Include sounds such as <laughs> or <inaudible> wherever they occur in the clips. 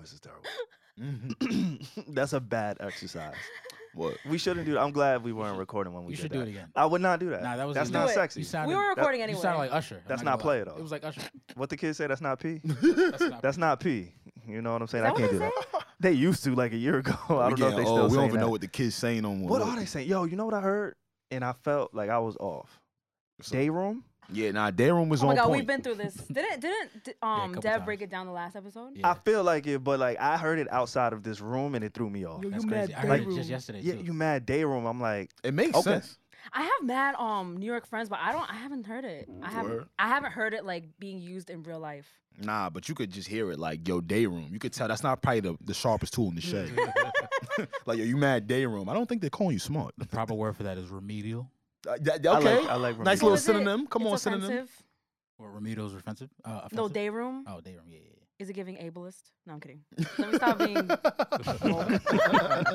this is terrible. <clears throat> Mm-hmm. That's a bad exercise. What? We shouldn't do that. I'm glad we weren't recording when we you did should that. do it again. I would not do that. Nah, that was That's a- not Do it. sexy. You sounded, We were recording you anyway. sounded like Usher. I'm That's gonna not play lie. at all. It was like Usher. what the kids say? That's not <laughs> pee. That's not That's not pee. You know what I'm saying? I that can't do what they that. They used to like a year <laughs> ago. I We don't know if getting they old. We still don't saying even that. know what the kids saying on What are they saying? Yo, you know what I heard? And I felt like I was off. So- Day room? Yeah, nah, Darren was Oh my on god, point. we've been through this. Didn't didn't d- um couple Dev times. break it down the last episode? Yeah. I feel like it, but like I heard it outside of this room and it threw me off. Yo, That's you crazy. mad I heard day it just room. yesterday yeah, too. you mad day room. I'm like, it makes Okay. sense. I have mad um New York friends, but I don't. I haven't heard it. I haven't. Word. I haven't heard it like being used in real life. Nah, but you could just hear it like yo day room. You could tell that's not probably the, the sharpest tool in the shed. Mm. like yo, you mad day room? I don't think they're calling you smart. <laughs> <laughs> the proper word for that is remedial. Uh, that- I okay, like, I nice like remedial. little What is it? synonym. Come It's on, synonym. offensive. Or remedial is offensive. Uh, offensive? No, day room. Oh, day room. Yeah, yeah, yeah. Is it giving ableist? No, I'm kidding. Let me <laughs> stop being. <laughs> <laughs>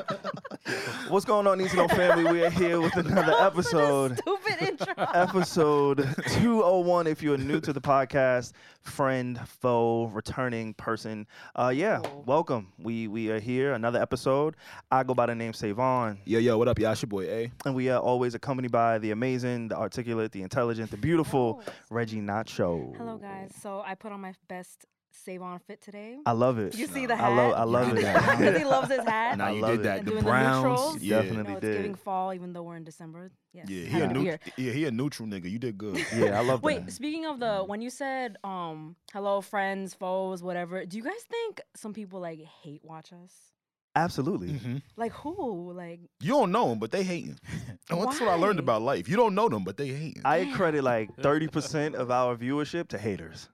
What's going on, Need to Know family? We are here with <laughs> another episode. <laughs> Stupid intro. Episode 201. If you're new to the podcast, friend, foe, returning person, uh, yeah, Cool. welcome. We we are here. Another episode. I go by the name Savon, Yo, yo, what up, y'all? It's your boy A. and we are always accompanied by the amazing, the articulate, the intelligent, the beautiful Hello. Reggie Nacho. <laughs> Hello guys. So I put on my best save on fit today. I love it. You see the I love. hat? I love it. Yeah. <laughs> Because <laughs> he loves his hat. Nah, I you love did it. that. And the doing the Browns. neutrals. yeah. You Definitely. know, it's did. giving fall, even though we're in December. Yes. Yeah, he had a that neut- beer. yeah, he a neutral nigga. You did good. Yeah, I love that. <laughs> Wait, speaking of the when you said um hello friends, foes, whatever, do you guys think some people like hate watch us? <laughs> Absolutely. Mhm. Like who? Like You don't know them, but they <laughs> hating. And that's what I learned Why? about life. You don't know them, but they hating. I credit like 30% of our viewership to haters.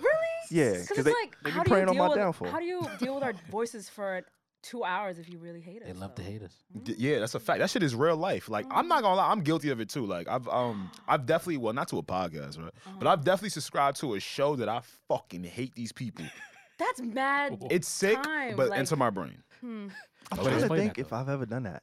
really? Yeah, 'cause because it's they- like they be how do you preying on deal my with downfall. how do you <laughs> deal with our voices for two hours if you really hate us? They love to <laughs> though? hate us. D- Yeah, that's a fact. That shit is real life. Like I'm not gonna lie, I'm guilty of it too. Like I've um I've definitely well not to a podcast, right? Uh-huh. But I've definitely subscribed to a show that I fucking hate these people. That's mad. It's sick, Time, but like- into my brain. Hmm. I'm But trying to explain think that, if though. I've ever done that.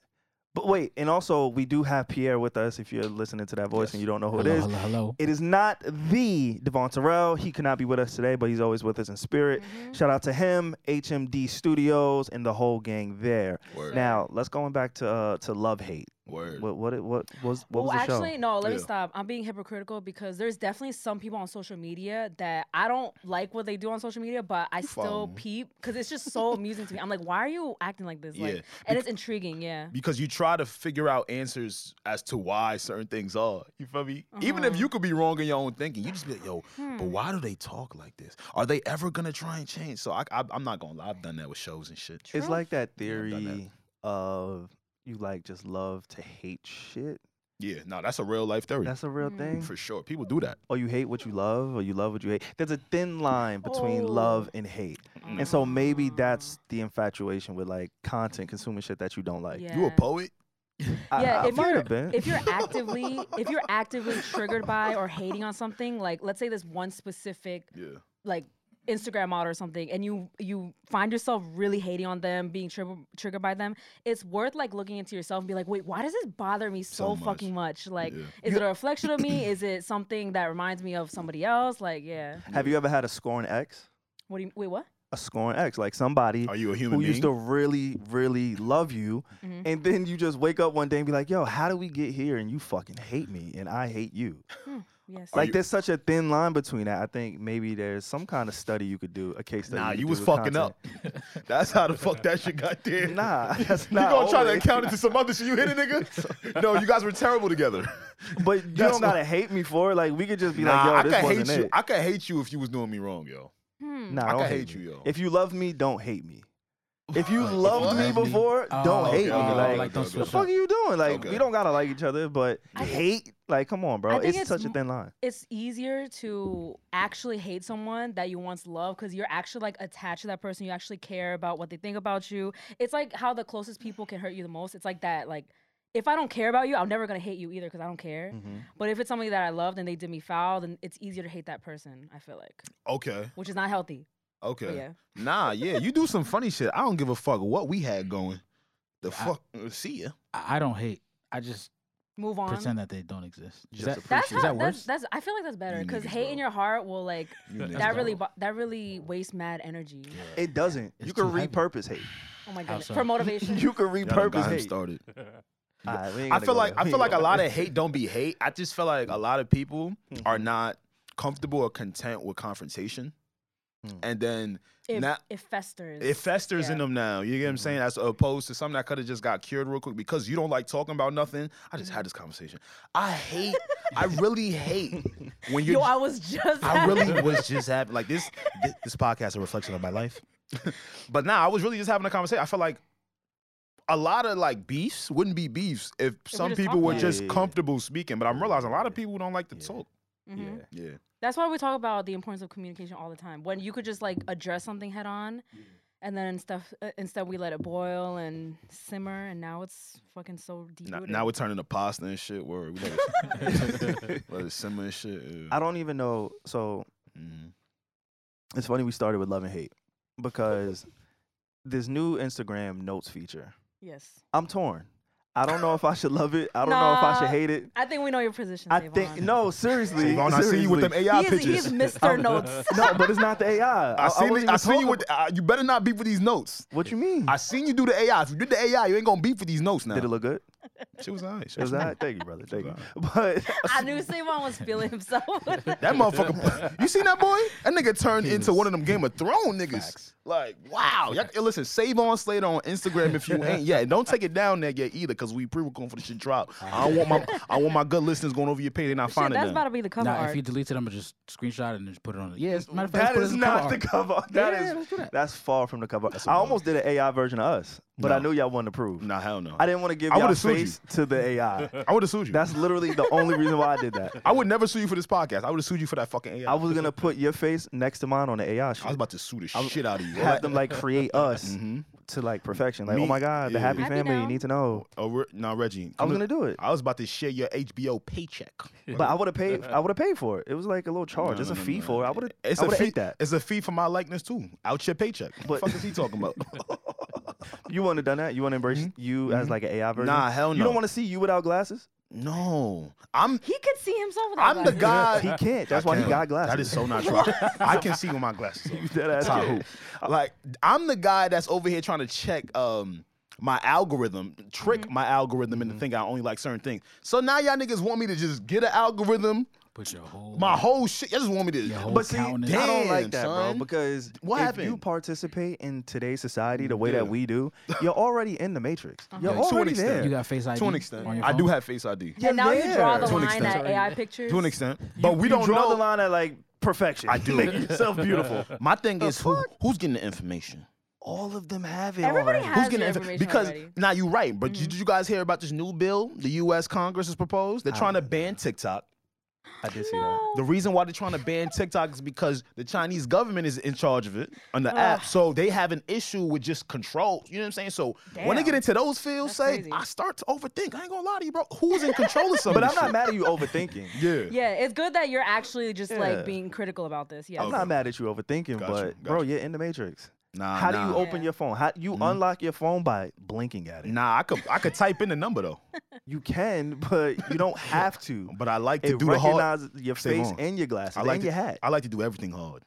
But wait, and also we do have Pierre with us. If you're listening to that voice and you don't know who it hello, is, hello, hello. it is not the Devon Terrell. He cannot be with us today, but he's always with us in spirit. Mm-hmm. Shout out to him, HMD Studios, and the whole gang there. Word. Now let's going back to uh, to love hate. Word. What what it- what was what well, was the actually, show? no. Let me Yeah. stop. I'm being hypocritical because there's definitely some people on social media that I don't like what they do on social media, but I follow still 'em. peep because it's just so amusing to me. I'm like, why are you acting like this? Like, Yeah, and it's intriguing. Yeah. because you try to figure out answers as to why certain things are. You feel me? Even if Uh-huh. Hmm. you could be wrong in your own thinking, you just be like, yo, but why do they talk like this? Are they ever gonna try and change? So I, I I'm not gonna lie, I've done that with shows and shit. It's True. like that Yeah, I've done that. theory of you like just love to hate shit. Yeah, no, that's a real life theory. That's a real Mm. thing. for sure. People do that. or you hate what you love, or you love what you hate. There's a thin line between Oh. love and hate, and so maybe that's the infatuation with like content, consuming shit that you don't like. yeah. You a poet? I, Yeah, I if might you're- have been. <laughs> if you're actively if you're actively triggered by or hating on something, like let's say this one specific Yeah. like Instagram model or something, and you you find yourself really hating on them, being trigger triggered by them, it's worth like looking into yourself and be like, wait, why does this bother me so, So much. fucking much? Like, Yeah. is it a reflection of <coughs> me? Is it something that reminds me of somebody else? Like, yeah. have you ever had a scorn ex? What do you wait? What? A scorn ex, like somebody Are you a who human being? used to really, really love you, Mhm. and then you just wake up one day and be like, "Yo, how do we get here?" And you fucking hate me, and I hate you. Yes. Like you- there's such a thin line between that. I think maybe there's some kind of study you could do, a case study. Nah, could you do was with fucking content. up. <laughs> That's how the fuck that shit got there. <laughs> <laughs> Nah, that's You not. gonna try to always. account it to some other shit you hit a <laughs> nigga? no, you guys were terrible together. But you That's don't what- gotta hate me for it. Like we could just <laughs> be nah, like, yo, I this could hate wasn't you. it. I could hate you if you was doing me wrong, yo. Hmm. nah, I don't could hate hate you, yo. If you love me, don't hate me. If you Like, if loved you me love me- before, don't Oh, okay, hate me. okay, Like, okay, don't okay. the switch fuck up. are you doing? Like, Okay. we don't gotta like each other, but I- hate. Like, come on, I bro. think It's, it's such a m- thin line. It's easier to actually hate someone that you once loved because you're actually like attached to that person. You actually care about what they think about you. It's like how the closest people can hurt you the most. It's like that. Like if I don't care about you, I'm never gonna hate you either because I don't care. Mm. Mm-hmm. But if it's somebody that I loved and they did me foul, then it's easier to hate that person. I feel like, Okay. which is not healthy. Okay. But yeah. Nah, yeah, you do some funny shit. I don't give a fuck what we had going. The Yeah, I- fuck, see ya. I, I don't hate. I just move on. Pretend that they don't exist. Is Just that, appreciate That's Is how, that that's, worse? that's I feel like that's better You because niggas, hate in bro. your heart will like You That niggas that That's really don't. bo- that really wastes mad energy. It doesn't. It's you can too heavy. repurpose <laughs> hate. Oh my How goodness, so? <laughs> for motivation. You can Y'all done got repurpose him hate. started. Alright, we ain't I gonna feel go like there. I We feel ain't like a gonna- <laughs> lot of hate don't be hate. I just feel like a lot of people Mhm. are not comfortable or content with confrontation, Mm. and then It, Nah. it festers. it festers in Yeah. them now. You get what I'm Mhm. saying? As opposed to something that could have just got cured real quick because you don't like talking about nothing. I just Mhm. had this conversation. I hate. <laughs> I really hate when you're. Yo, I was just. I <laughs> really was just having like this. This, this podcast is a reflection of my <laughs> life. but now I was really just having a conversation. I felt like a lot of like beefs wouldn't be beefs if some just people talked were about it. just Yeah, yeah, yeah. comfortable speaking. But I'm realizing a lot of Yeah. people don't like to Yeah. talk. Mhm. Yeah. Yeah. That's why we talk about the importance of communication all the time. When you could just like address something head on, and then stuff. Uh, instead, we let it boil and simmer, and now it's fucking so deep. Now, now we're turning to pasta and shit. Where we let <laughs> it, let it simmer and shit. I don't even know. So Mhm. it's funny we started with love and hate <laughs> because this new Instagram notes feature. yes. I'm torn. I don't know if I should love it. I don't know if I should Nah. hate it. I think we know your position. I think Davon. no, seriously. Yvonne, I see you with them seriously. AI He is, pictures. he is <laughs> Mr. Notes. No, but it's not the AI. I, seen wasn't it, I even seen talking you with. Uh, you better not beef with these notes. about- What you mean? I seen you do the AI. If you did the AI, you ain't gonna beef with these notes now. Did it look good? She was alright. She It was alright. that? Thank you, brother. Thank you. It <laughs> But <laughs> I knew Savon was feeling himself. <laughs> That motherfucker. you seen that boy? That nigga turned He into was- one of them Game of Thrones niggas. Facts. Like, wow. Y'all- yo, listen, save on Slater on Instagram if <laughs> you ain't. Yeah, and don't take it down there yet either, cause we pre-recording for the shit drop. I don't want my I want my good listeners going over your page and not Shit, finding that's them. about to be the cover Now, art. if you delete it, I'm gonna just screenshot it and just put it on. Yeah, it's, matter of fact, that let's is put it as a cover not the art. cover. Yeah, That yeah, is let's do that. that's far from the cover. That's a I no. almost did an AI version of us, but I No. knew y'all wanted to prove. Nah, hell no. I didn't want to give I y'all would've sued you. face to the AI. <laughs> I would have sued you. That's literally the only reason why I <laughs> did that. I would never sue you for this podcast. I would have sued you for that fucking AI. I was gonna put your face next to mine on the AI shit. I was about to sue the shit out of you. have them like create <laughs> us Mm-hmm. to like perfection. Like, oh Me- my god, the yeah. happy Happy family. You now. need to know. Oh, re- nah, Reggie. I was come gonna to- do it, I was about to share your HBO paycheck. <laughs> but <laughs> I would have paid. I would have paid for it. It was like a little charge. No, it's no, a no, fee no. for it. I would have. It's I a would have fee. ate that. It's a fee for my likeness too. Out your paycheck. But- What the fuck is he talking <laughs> about? You wouldn't have done that. You want to embrace you as Mhm. like an AI version. nah, hell no. You don't want to see you without glasses. No, I'm. he could see himself. Without I'm the glasses. guy. He can't. That's I why he can't. got glasses. <laughs> That is <laughs> so not true. I- I can see with my glasses. on. You dead ass Top kid. who? Like I'm the guy that's over here trying to check um my algorithm, trick Mm-hmm. my algorithm into thinking I only like certain things. So now y'all niggas want me to just get an algorithm, Put your whole my whole shit. Y'all just want me to. Your whole But see, I counting. don't like Damn, that, son. bro. Because What if you happened? participate in today's society the way Yeah. that we do, you're already in the matrix. Uh-huh. You're Yeah, to an already extent. there. You got Face ID to an extent, on your I do phone? have Face ID. Yeah, and now you draw the there. To an line extent. at AI pictures. To an extent, but we You don't draw know. the line at like perfection. I do. <laughs> Make yourself <laughs> beautiful. My thing is, who, who's getting the information? All of them have it. Everybody already. has- Who's getting your inf- information because already. Mm-hmm. now you're right, but you, did you guys hear about this new bill the U.S. Congress has proposed? They're I trying to didn't ban TikTok. I did see that. No. The reason why they're trying to ban TikTok is because the Chinese government is in charge of it on the Ugh. app, so they have an issue with just control. You know what I'm saying? So when they Damn. get into those fields, That's say crazy. I start to overthink. I ain't gonna lie to you, bro. Who's in control <laughs> of something? But I'm not mad at you overthinking. Yeah. yeah, it's good that you're actually just Yeah. like being critical about this. <laughs> Yeah. I'm not mad at you overthinking, Gotcha, but bro, gotcha. you're in the matrix. Nah. How do Ah, nah. you open Yeah. your phone? How you Mhm. unlock your phone by blinking at it? Nah, I could I could type in the number though, You can, <laughs> but you don't have to. but I like to It do the hard. recognizes your Stay face on. and your glasses I like and to- your hat. I like to do everything hard.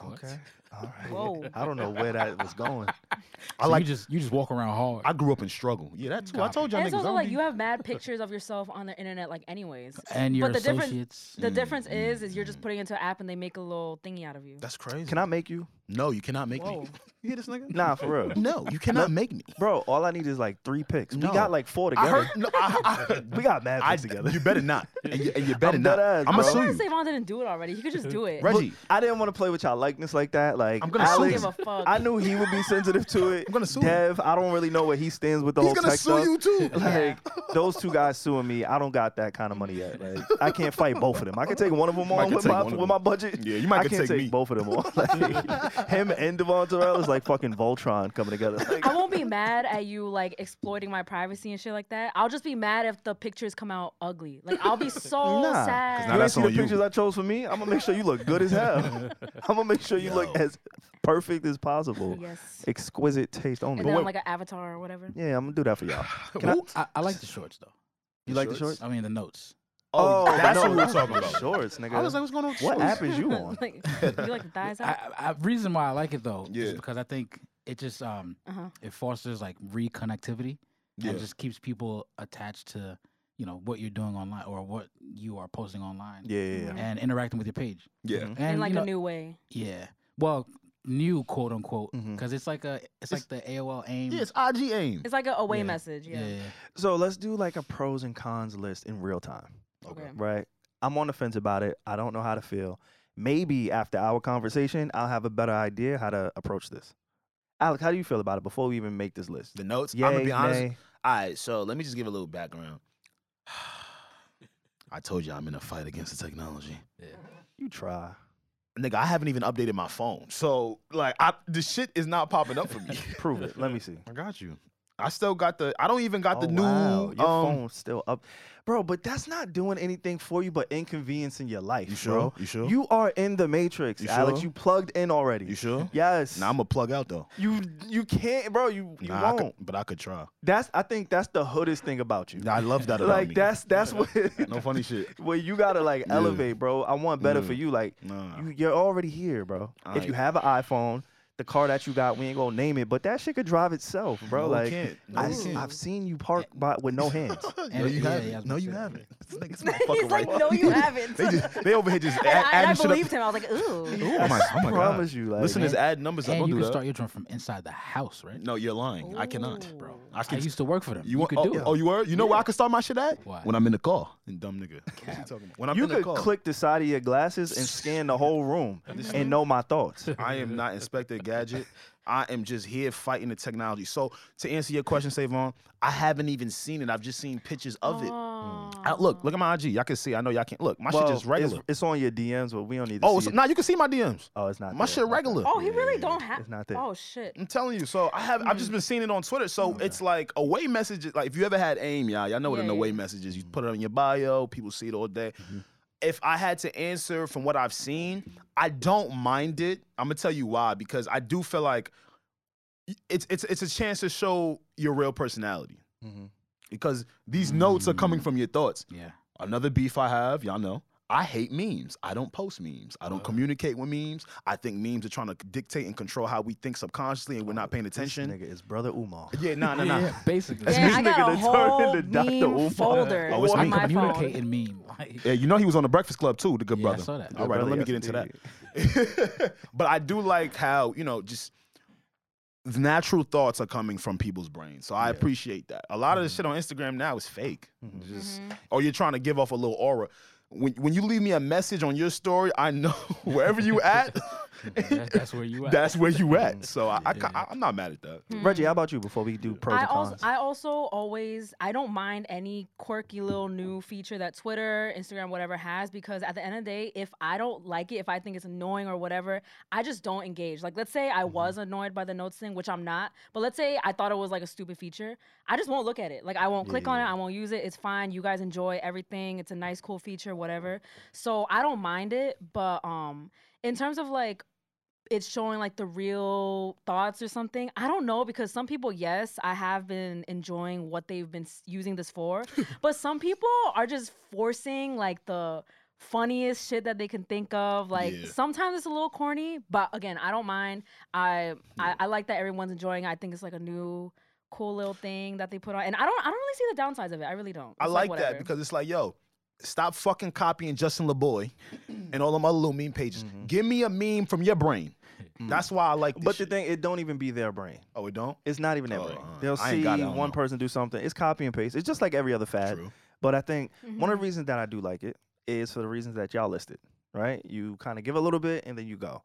What? Okay. All right. Whoa. I don't know where that was going. I So like you just you just walk around hard. I grew up in struggle. Yeah, that's what I Copy. told y'all And niggas. it's I also don't like be- you have mad pictures of yourself on the internet, like anyways. and your but the difference- associates. The Mm, difference mm, is, is you're just mm. putting it into an app and they make a little thingy out of you. That's crazy. <laughs> Can I make you? No, you cannot make Whoa. me. You hear this nigga? Nah, for real. <laughs> No, you cannot make me. <laughs> Bro, all I need is like three picks. We No. got like four I together. heard. No, I, I, <laughs> we got mad I, picks together. You better <laughs> not. And you, and you better I'm not. dead ass, I'm gonna bro. sue I'm you, surprised Savon didn't do it already. He could just do it. Reggie. I didn't want to play with y'all likeness like that. Like I'm gonna I don't Alex, give a fuck. I knew he would be sensitive <laughs> to it. I'm gonna sue Dev, I don't really know where he stands with the you. He's whole gonna sue tech stuff. you <laughs> too. <laughs> Like those two guys suing me, I don't got that kind of money yet. Like, I can't fight both of them. I can take one of them might on could with take my one of with them. my budget. Yeah, you might I could can't take me. both of them on. Like, <laughs> him and Devon Terrell is like fucking Voltron coming together. Like, I won't be mad at you like exploiting my privacy and shit like that. I'll just be mad if the pictures come out ugly. Like I'll be so Nah. 'Cause sad. now you ain't that's see the on you. pictures I chose for me. I'm gonna make sure you look good <laughs> as <laughs> hell. <laughs> I'm gonna make sure you look Yo. as perfect as possible. yes. Exquisite taste only. And then I'm wait- like an avatar or whatever. yeah, I'm gonna do that for y'all. Can I, I, I like the shorts though. You like the shorts? I mean, the notes. Oh, that's no, what we were that's talking the about. Shorts, nigga. I was like, what's going on? With what shorts? app is <laughs> you <laughs> on? like, you like the thighs I, out? I reason why I like it though, Yeah. is because I think it just um Uh-huh. it fosters like reconnectivity Yeah. and just keeps people attached to you know what you're doing online or what you are posting online yeah, yeah, yeah. Mhm. and interacting with your page Yeah. Mhm. and in you Mm-hmm. like know- a new way. yeah well new quote unquote because Mm-hmm. Mhm. it's like a it's, It's- like the AOL aim Yeah, it's IG aim. It's like an away Yeah. message. Yeah. So let's do like a pros and cons list in real time, Okay. right? I'm on the fence about it. I don't know how to feel. Maybe after our conversation, I'll have a better idea how to approach this. Alec, how do you feel about it before we even make this list? The notes. Yeah, I'm gonna be honest. nay. All right, so let me just give a little background. <sighs> I told you I'm in a fight against the technology. You try. Nigga, I haven't even updated my phone. So, like, I, the shit is not popping up for <laughs> me. Prove it. Let me <laughs> see. I got you. I still got the, I don't even got the Oh, new, wow. Your um, phone's still up, bro. But that's not doing anything for you, but inconveniencing your life, You sure? bro. You sure? You are in the matrix, You Alex. sure? You plugged in already. You sure? <laughs> Yes. Nah, I'm gonna plug out though. you you can't, bro. You you Nah, I won't. could, but I could try. That's I think that's the hoodest thing about you. Nah, I love that about <laughs> like me. that's that's what <laughs> no funny shit. where you gotta like Yeah. elevate, bro. I want better for Mm. you. Like Nah. you, you're already here, bro. if you Aight. have an iPhone, the car that you got, we ain't gonna name it, but that shit could drive itself, bro. No, it like can't. No, I, it <laughs> s- can't. I've seen you park by with <laughs> no hands. no, you yeah, haven't. yeah, I was no, gonna you say <laughs> that. haven't. This nigga's <laughs> He's fucking like, right. no, you <laughs> haven't. they, just, they over here <laughs> just add, <laughs> And I, and I adding shit up. believed him. I was like, ooh. Oh my, <laughs> oh my god. promise you, like Listen, it's add numbers up. and Don't you do can that. start your joint from inside the house right No, you're lying. I cannot, Ooh. bro. I I can. used to work for them you, you want? could Oh, do it oh, you were? You know where I can start my shit at? Why? When I'm in the car. And dumb <laughs> nigga. What's he talking about? When I'm you in the could car. <laughs> click the side of your glasses and scan the whole room and know <laughs> my thoughts. I am not Inspector Gadget. I am just here fighting the technology. So to answer your question, Savon, I haven't even seen it. I've just seen pictures of it. I- look, look at my IG. Y'all can see. I know y'all can't look. My Well, shit just it's, regular. it's on your DMs, but we don't need to oh, see it's, it. nah, you can see my DMs. oh, it's not my there. shit Okay. regular. Oh, he really don't have. It's not there. <laughs> Oh shit. I'm telling you. So I have. I've just been seeing it on Twitter. So it's like away messages. Like if you ever had AIM, y'all, y'all know what Yeah, an yeah, away yeah. message is. You put it on your bio. People see it all day. If I had to answer from what I've seen, I don't mind it. I'm gonna tell you why because I do feel like it's it's it's a chance to show your real personality Mhm. because these notes are coming from your thoughts. yeah Another beef I have, y'all know. I hate memes. I don't post memes. I don't communicate with memes. I think memes are trying to dictate and control how we think subconsciously, and we're not paying attention. Oh, Nigga, it's brother Umar. Yeah, nah, <laughs> nah, nah. yeah basically Yeah, this I got nigga a done turned whole into Dr. Umar. meme folder Oh, it's on me. my communicate phone. in meme <laughs> like, Yeah, you know he was on the Breakfast Club too, the good Yeah, I brother. saw that. All Good right, brother, let me get yes, into that. <laughs> but I do like how you know just the natural thoughts are coming from people's brains, so I appreciate that. A lot of the shit on Instagram now is fake, Mhm. just Mm-hmm. or you're trying to give off a little aura. When when you leave me a message on your story, I know <laughs> wherever you at, that- that's where you <laughs> at that's where you at. So I, I, ca- Yeah. I am not mad at that. Mm-hmm. Hmm. Reggie, how about you before we do pros I and also, cons? I also always I don't mind any quirky little new feature that Twitter, Instagram, whatever has because at the end of the day, if I don't like it, if I think it's annoying or whatever, I just don't engage. Like let's say I Mm-hmm. was annoyed by the notes thing, which I'm not, but let's say I thought it was like a stupid feature, I just won't look at it. Like I won't click on it, I won't use it. It's fine. You guys enjoy everything. It's a nice cool feature, whatever. So I don't mind it, but um in terms of like it's showing like the real thoughts or something. I don't know because some people, yes, I have been enjoying what they've been s- using <laughs> this for, but some people are just forcing like the funniest shit that they can think of. Like Yeah. sometimes it's a little corny, but again, I don't mind. I, I I like that everyone's enjoying. it. I think it's like a new cool little thing that they put on, and I don't I don't really see the downsides of it. I really don't. I It's like whatever. that because it's like, yo, stop fucking copying Justin <clears throat> LeBoy and all them other little meme pages. Give me a meme from your brain. That's why I like this. But the shit. thing, it don't even be their brain. oh, it don't. It's not even their Oh, brain. uh, They'll I ain't see got it, I don't one know. person do something. It's copy and paste. It's just like every other fad. True. But I think one of Mm-hmm. the reasons that I do like it is for the reasons that y'all listed, right? You kind of give a little bit and then you go.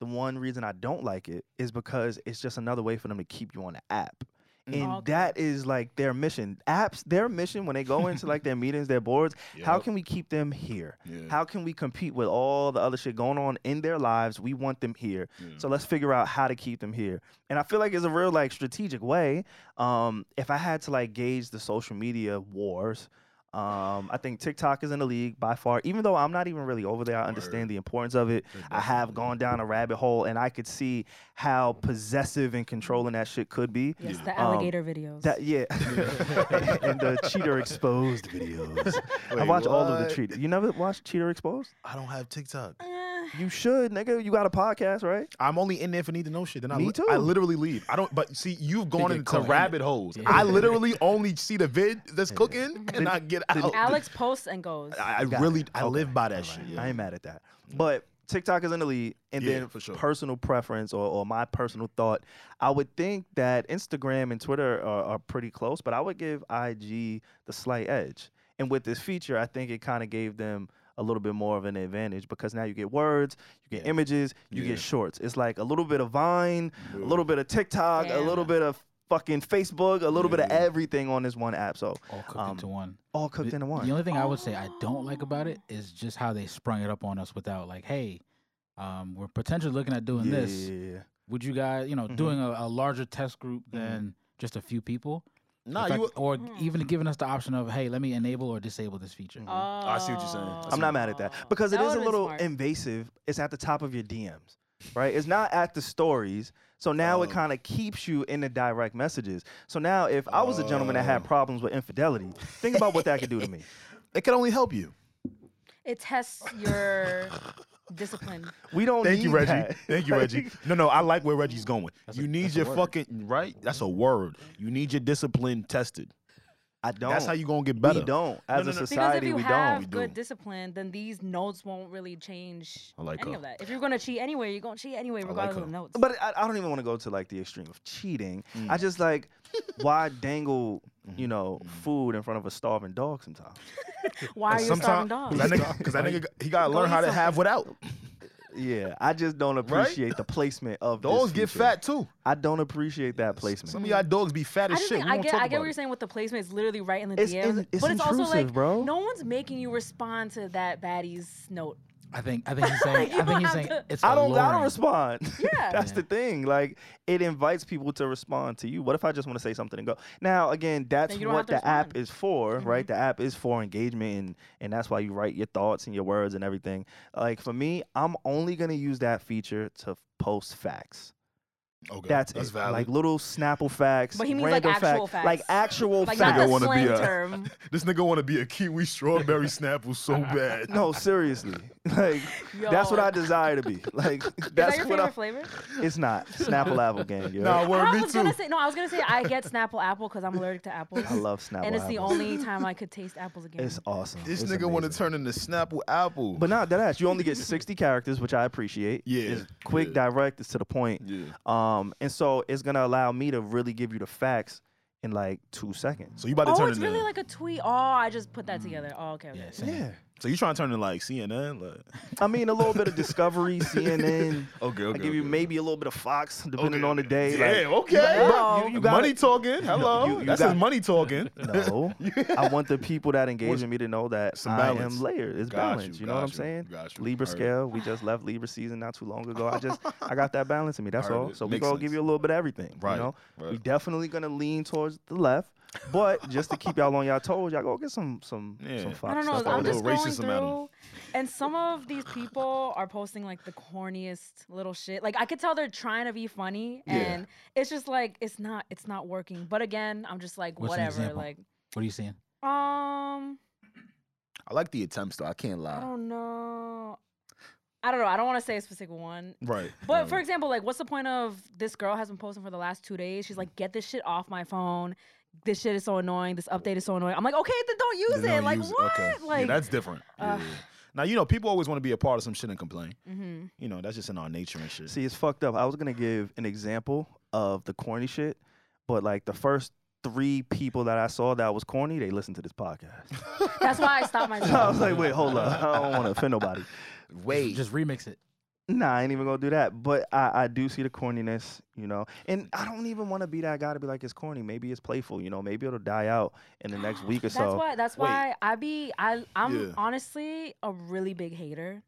The one reason I don't like it is because it's just another way for them to keep you on the app. And Okay. that is like their mission. Apps, their mission when they go into like their meetings, their boards, how Yup. can we keep them here? Yeah. How can we compete with all the other shit going on in their lives? We want them here. Yeah. So let's figure out how to keep them here. And I feel like it's a real like strategic way. Um, if I had to like gauge the social media wars, Um, I think TikTok is in the league by far. Even though I'm not even really over there, I understand the importance of it. I have gone down a rabbit hole, and I could see how possessive and controlling that shit could be. Yes, Yeah. the Um, alligator videos. <laughs> That yeah, <laughs> and the cheater exposed <laughs> videos. I Wait, watch all of the what? cheater. You never watched cheater exposed? I don't have TikTok. <laughs> Eh, You should, nigga. You got a podcast, right? I'm only in there for need to know shit. Then I, Me li- too. I literally leave. I don't. But see, you've gone get into caught <laughs> in rabbit it. holes. Yeah. I literally only see the vid that's cooking, and I get out. Alex posts and goes. I, I Got it. really, I Okay. live by that Alright, shit. I ain't mad at that. But TikTok is in the lead, and Yeah, then for sure. personal preference or, or my personal thought, I would think that Instagram and Twitter are, are pretty close, but I would give IG the slight edge. And with this feature, I think it kind of gave them a little bit more of an advantage because now you get words, you get images, you Yeah. get shorts. It's like a little bit of Vine, a little bit of TikTok, a little Yeah. bit of fucking Facebook, a little bit of everything on this one app. So all cooked Um, into one. all cooked The- into one. The only thing I would say I don't like about it is just how they sprung it up on us without like, hey, um, we're potentially looking at doing this. Yeah. Would you guys, you know, Mm-hmm. Mhm. doing a, a larger test group than just a few people, Nah, In you. fact, or Mm. even giving us the option of, hey, let me enable or disable this feature. Mhm. Mm-hmm. I see what you're saying. I see I'm not mad at that Oh. because it That is a would've been little smart. invasive. It's at the top of your DMs, right? It's not at the stories. So now it Oh. kind of keeps you in the direct messages. So now, if I was a gentleman that had Oh. problems with infidelity, think about what that could do to me. It can only help you. It tests <laughs> your discipline. We <laughs> don't. Thank need you, Reggie. that. Thank you, Like, <laughs> Reggie. No, no, I like where Reggie's going. you a- need that's a your word. fucking right. That's a word. You need your discipline tested. I don't. That's how you gonna get better. We don't. As no, a no. Because if Because if society, you we have don't. good don't. discipline, then these notes won't really change I like any her. of that. If you're gonna cheat anyway, you're gonna cheat anyway, like regardless her. of the notes. But I, I don't even want to go to like the extreme of cheating. Mm. I <laughs> just like why dangle, Mm-hmm. you know, food in front of a starving dog sometimes. Why are you a starving dog? Because that nigga, 'cause that nigga got- he gotta Go learn eat how to something. have without. Yeah, I just don't appreciate the placement of this Dogs get feature. fat too. I don't appreciate that placement. Some of y'all dogs be fat I as just shit. think We I won't get talk I get about what it. you're saying with the placement. It's literally right in the It's DMs, in- it's but it's also intrusive, like bro. no one's making you respond to that baddie's note. I think I think <laughs> he's saying You I think don't he's have saying to- it's I don't gotta alluring. respond. <laughs> <laughs> Yeah. That's the thing. Like it invites people to respond to you. What if I just want to say something and go? Now again, that's Then you don't what have to the app respond. Mm-hmm. is for, right? The app is for engagement and and that's why you write your thoughts and your words and everything. Like for me, I'm only gonna use that feature to post facts. Okay, That's, that's it. valid. Like little Snapple facts. But he means, like, random actual fact- facts. Like actual Like facts. not the wanna be slang a- <laughs> term. this nigga want to be a kiwi <laughs> strawberry snapple so bad. no, seriously. <laughs> Like that's what Yo. I desire <laughs> to be. Like Is that's that your what favorite I, flavor? It's not Snapple Apple gang. <laughs> Yo. Nah, word, I me was too. gonna say no. I was gonna say I get Snapple apple because I'm allergic to <laughs> apples. I love Snapple. and it's the Apple. only time I could taste apples again. It's awesome. This It's nigga want to amazing. turn into Snapple Apple. But not that ass. <laughs> You only get 60 characters, which I appreciate. Yeah, It's quick, direct, it's to the point. yeah. Um, and so it's gonna allow me to really give you the facts in like two seconds. So you about to oh, turn it's into? Mm. really like a tweet. Oh, I just put that together. Oh, okay. okay. Yeah, same. so you trying to turn into like CNN? Like, I mean, a little <laughs> bit of Discovery, CNN. okay, okay. I give you okay. maybe a little bit of Fox, depending Okay, on the day. Yeah, like, okay. you- bro. you gotta- money <laughs> talking. Hello. you- you That's got- his money <laughs> talking. <laughs> no, I want the people that engage with me to know that some I balance. am layered. It's Got balance. you, You, know what got I'm you, saying? got you. Libra Heard. scale. We just left Libra season not too long ago. <laughs> I just I got that balance in me. That's Heard all. it. So we Makes gonna sense. give you a little bit of everything. Right, You know, we right. definitely gonna lean towards the left, but just to keep y'all on y'all toes, y'all go get some <laughs> some Yeah. some I Fox don't know. stuff. all I'm over just there. little scrolling racism at 'em. through, and some of these people are posting like the corniest little shit. Like I could tell they're trying to be funny, Yeah. and it's just like it's not it's not working. But again, I'm just like What's an whatever. example? Like What are you saying? um, I like the attempts though. I can't I lie. don't know. I don't know. I don't want to say a specific one. Right. But for example, like, what's the point of this girl has been posting for the last two days? She's like, get this shit off my phone. This shit is so annoying. This update is so annoying. I'm like, okay, then don't use Then it. don't like, use it. what? Okay. Yeah, Like, that's different. Yeah, ugh. yeah, yeah. Now you know people always want to be a part of some shit and complain. mhm. You know that's just in our nature and shit. See, it's fucked up. I was gonna give an example of the corny shit, but like the first three people that I saw that was corny, they listened to this podcast. <laughs> that's why I stopped So I myself. was like, wait, hold up. I don't want to offend nobody. <laughs> Wait. Just remix it. Nah, I ain't even gonna do that. But I, I do see the corniness, you know. And I don't even want to be that guy to be like it's corny. Maybe it's playful, you know. Maybe it'll die out in the <gasps> next week or That's so. why. That's Wait. why I be. I. I'm Yeah. honestly a really big hater.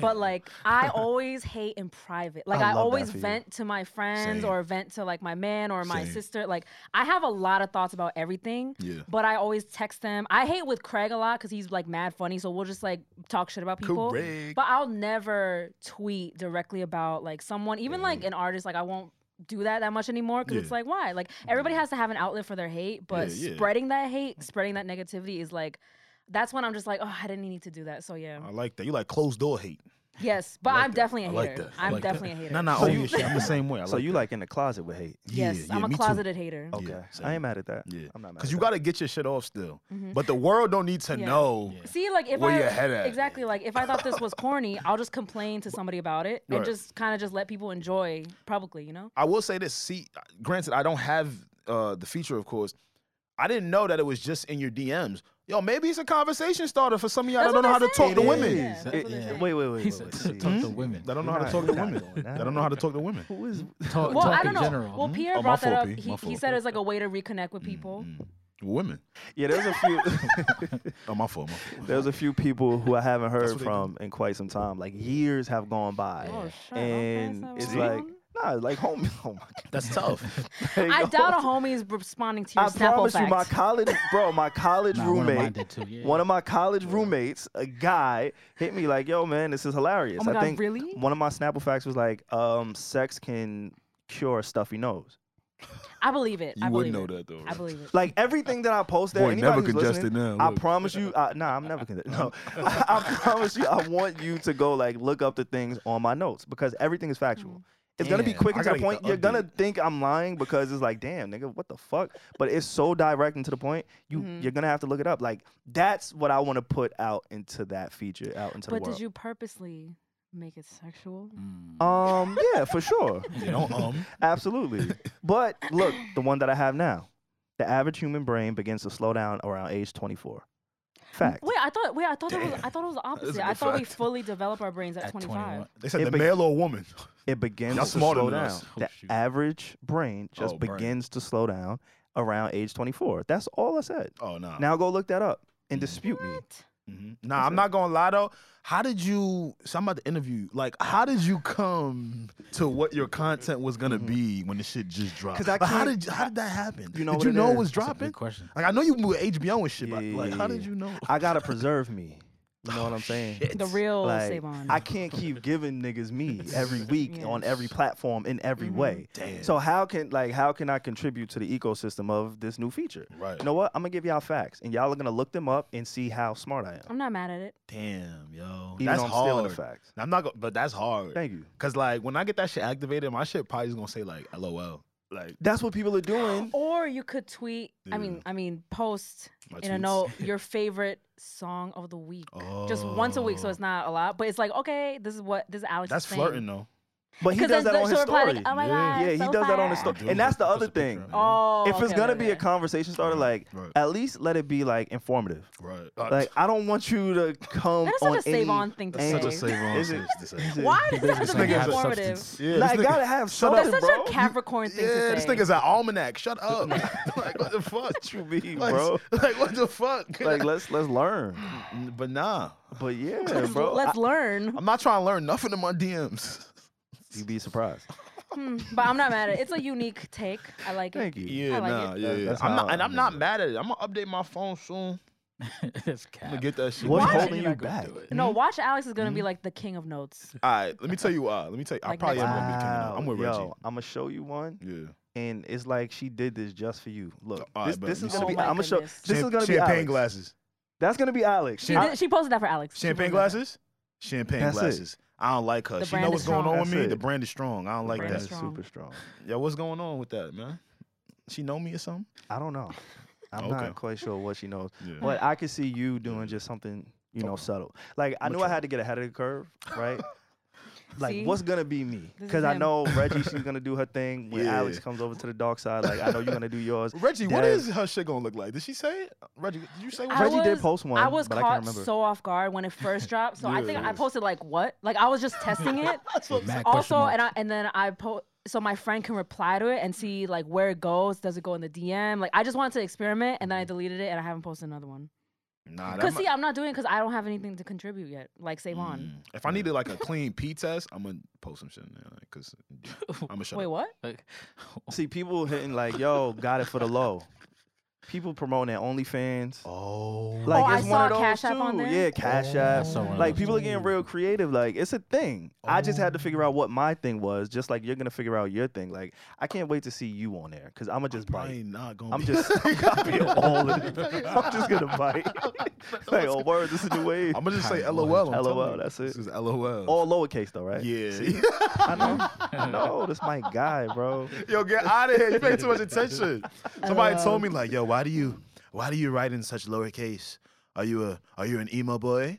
but like I always hate in private. Like I love I, that always for you. vent to my friends Same. or vent to like my man or my Same. sister. Like I have a lot of thoughts about everything. Yeah. But I always text them. I hate with Craig a lot because he's like mad funny, so we'll just like talk shit about people. Correct. But I'll never tweet directly about like someone, even like an artist. Like I won't do that that much anymore because it's Mm. Yeah. like why? Like everybody has to have an outlet for their hate, but Yeah, yeah. spreading that hate, spreading that negativity is like. That's when I'm just like, oh, I didn't need to do that. So yeah, I like that. You like closed door hate. yes, but like I'm that. definitely a I like hater. that. I I'm like that. definitely a hater. No, no, So oh you- yeah, shit. I'm the same way. I <laughs> so like you like in the closet with hate. Yeah, Yes, yeah, I'm a me too. closeted hater. Okay. I same. ain't mad at that. Yeah. I'm not mad. because at you that. got to get your shit off still. Mhm. But the world don't need to Yeah. know. Yeah. See, like if Where I your head at? exactly like if I thought this was corny, I'll just complain to somebody about it and Right. just kind of just let people enjoy publicly, you know. I will say this. See, granted, I don't have uh, the feature, of course. I didn't know that it was just in your DMs. Yo, maybe it's a conversation starter for some of y'all That's that don't know what how they to talk say. to It women. is. It- That's what they it- say. Wait, wait, wait. He wait, said wait. to- See, talk to see, women. That don't know how to "Hmm? Nah, talk to nah, women. nah, That don't know how to talk to women. Who <laughs> is? <laughs> Talk, well, talk I don't in know. general. Well, Mhm. Pierre Oh, my brought that fault, up. P. He, My he fault. said it was like a way to reconnect with people. Mm, Women. Yeah, there's a few. <laughs> Oh, my fault. My fault. there's a few people who I haven't heard what they do. from in quite some time. Like years have gone by, Oh, shit. and okay, so it's we're like on. nah, like home. <laughs> Oh my That's <laughs> tough. God. I doubt a homie is responding to your I Snapple promise you, fact. my college bro, <laughs> my college Nah, One of mine roommate. did too. Yeah. One of my college roommates, a guy, hit me like, "Yo, man, this is hilarious." Oh my I God, think really? one of my Snapple facts was like, um, "Sex can cure stuffy nose." I believe it. I You believe wouldn't know it. that though. I believe it. Like everything that I post there, Boy, anybody never who's congested listening, now, I look. <laughs> promise you, I, nah, I'm never congested. <laughs> No, I, I promise you, I want you to go like look up the things on my notes because everything is Mm. factual. It's gonna be Damn, quick I and to gotta the get point. the You're gonna update. think I'm lying because it's like, damn, nigga, what the fuck? But it's so direct and to the point. You Mhm. you're gonna have to look it up. Like that's what I want to put out into that feature, out into But the world. did you purposely make it sexual? Mm. <laughs> <laughs> Um, yeah, for sure, You know, um, absolutely. But look, the one that I have now, the average human brain begins to slow down around age 24. Fact. Wait, I thought. Wait, I thought that was. I Damn. thought it was the a opposite. I good thought we fact. fully develop our brains at, 25. they said It the be- male or woman. <laughs> It begins Y'all to smarter slow than down. us. Oh, the shoot. average brain just Oh, brain. begins to slow down around age 24. That's all I said. Oh no. Now go look that up and dispute me. What? Mhm. Mm-hmm. Nah, I'm not gonna lie though. How did you? So I'm about to interview. you. Like, how did you come to what your content was gonna be when the shit just dropped? Mm-hmm. 'Cause I Like, how can't- did how did that happen? You know did what you it know is. it was That's a good dropping? <laughs> question. Like, I know you were HBO and shit. but like, how did Yeah. Oh, you know? I gotta preserve me. You know what I'm saying? Oh, Shit. The real Like, Savon. I can't keep giving <laughs> niggas me every week Yeah. on every platform in every Mm-hmm. way. Damn. So how can like how can I contribute to the ecosystem of this new feature? Right. You know what? I'm gonna give y'all facts, and y'all are gonna look them up and see how smart I am. I'm not mad at it. Damn, yo. Even that's though I'm hard. stealing the facts. I'm not. Go- but that's hard. Thank you. Cause like when I get that shit activated, my shit probably is gonna say like LOL. Like That's what people are doing. Or you could tweet. I mean, Yeah. I mean, post my in a tweets. <laughs> note your favorite song of the week, just once a week. So Oh. it's not a lot, but it's like okay, this is what this is Alex. that's saying. flirting though. But he does Because then that on she'll his reply, story. Like, oh my Yeah. god. yeah, he does that on his fire." story, and that's the other thing. Oh, if it's okay, gonna okay, be a okay. conversation starter, like Right. at least let it be like informative. Right. Like I don't want you to come that is on such a any. Savon thing to That's say. such a Savon Is Is it? it- is it- Why does it have to Basically, be have informative? substance. <laughs> Yeah, Nah, this I nigga- gotta have That's something, such bro. a Capricorn thing yeah, to this say. nigga's an almanac. Shut up. <laughs> like what the fuck? You- what you <laughs> mean, Like, bro? like what the fuck? <laughs> Like let's let's learn. but nah, But <laughs> yeah, Let's- bro, I- Let's learn. I'm not trying to learn nothing in my DMs. you'd <laughs> be surprised. Hmm, but I'm not mad at it. It's a unique take. I like it. Thank <laughs> you. Yeah, like nah, it. yeah, That- yeah. that's I'm how not, and I I'm not remember. mad at it. I'm gonna update my phone soon. That's I'm cap. gonna get that shit. What's Why? All holding you back? No, watch Alex is gonna Hmm? be like the king of notes. right, let me tell you. Uh, let me tell you. I Like probably am next gonna be king. of Wow, it. I'm with yo, I'm gonna show you one, Reggie. Yeah. and it's like she did this just for you. Look, All right, this, but this you is gonna see- be. Oh my I'm gonna show. goodness. This is gonna be champagne Alex. glasses. That's gonna be Alex. She, I- did, she posted that for Alex. She Champagne posted that. glasses. Champagne That's it. glasses. I don't like her. The she brand know is what's going strong. on with That's me. it. The brand is strong. I don't like brand that. is strong. Super strong. Yo, what's going on with that, man? She know me or something? I don't know. I'm Okay. not quite sure what she knows, Yeah. but I could see you doing just something, you know, Okay. subtle. Like I knew I Mature. had to get ahead of the curve, <laughs> right? like See? what's gonna be me? This is Because I him. know Reggie, <laughs> she's gonna do her thing. When Yeah. Alex comes over to the dark side, like I know you're gonna do yours. Reggie, what Dev- is her shit gonna look like? Did she say it? Reggie, did you say <laughs> I Reggie what? did was- post one, I was but I can't caught remember. so off guard when it first dropped. So I think I Yes. posted like what? Like I was just testing it. With mad question also, and I marks. and then I po- so my friend can reply to it and see like where it goes. Does it go in the DM? Like I just wanted to experiment, and then I deleted it, and I haven't posted another one. Nah, that Cause might, see, I'm not doing it because I don't have anything to contribute yet. Like Savon. Mm. if I needed like <laughs> a clean P test, I'm gonna post some shit in there because <laughs> I'm gonna shut Wait, up. what? Like, See, people hitting like, yo, got it for the low. People promoting their OnlyFans. Oh, Like I it's one of saw those Cash too. App on there. Yeah, Cash Oh. App. that's so one of Like those- people are getting real creative. Like it's a thing. I just Mm-hmm. had to figure out what my thing was, just like you're gonna figure out your thing. Like I can't wait to see you on there because I'm gonna just I bite. ain't not gonna. I'm be- <laughs> just I'm copying all of it. I'm just gonna bite. <laughs> like oh word, this is the way. I'm gonna just <laughs> say Kinda LOL. I'm LOL, telling you. that's it. This is LOL. All lowercase though, right? <laughs> yeah. I know. <laughs> I know. This my guy, bro. yo, get out of here. You pay too <laughs> much <laughs> attention. Somebody told me like, yo, why do you why do you write in such lowercase? Are you a are you an emo <laughs> boy?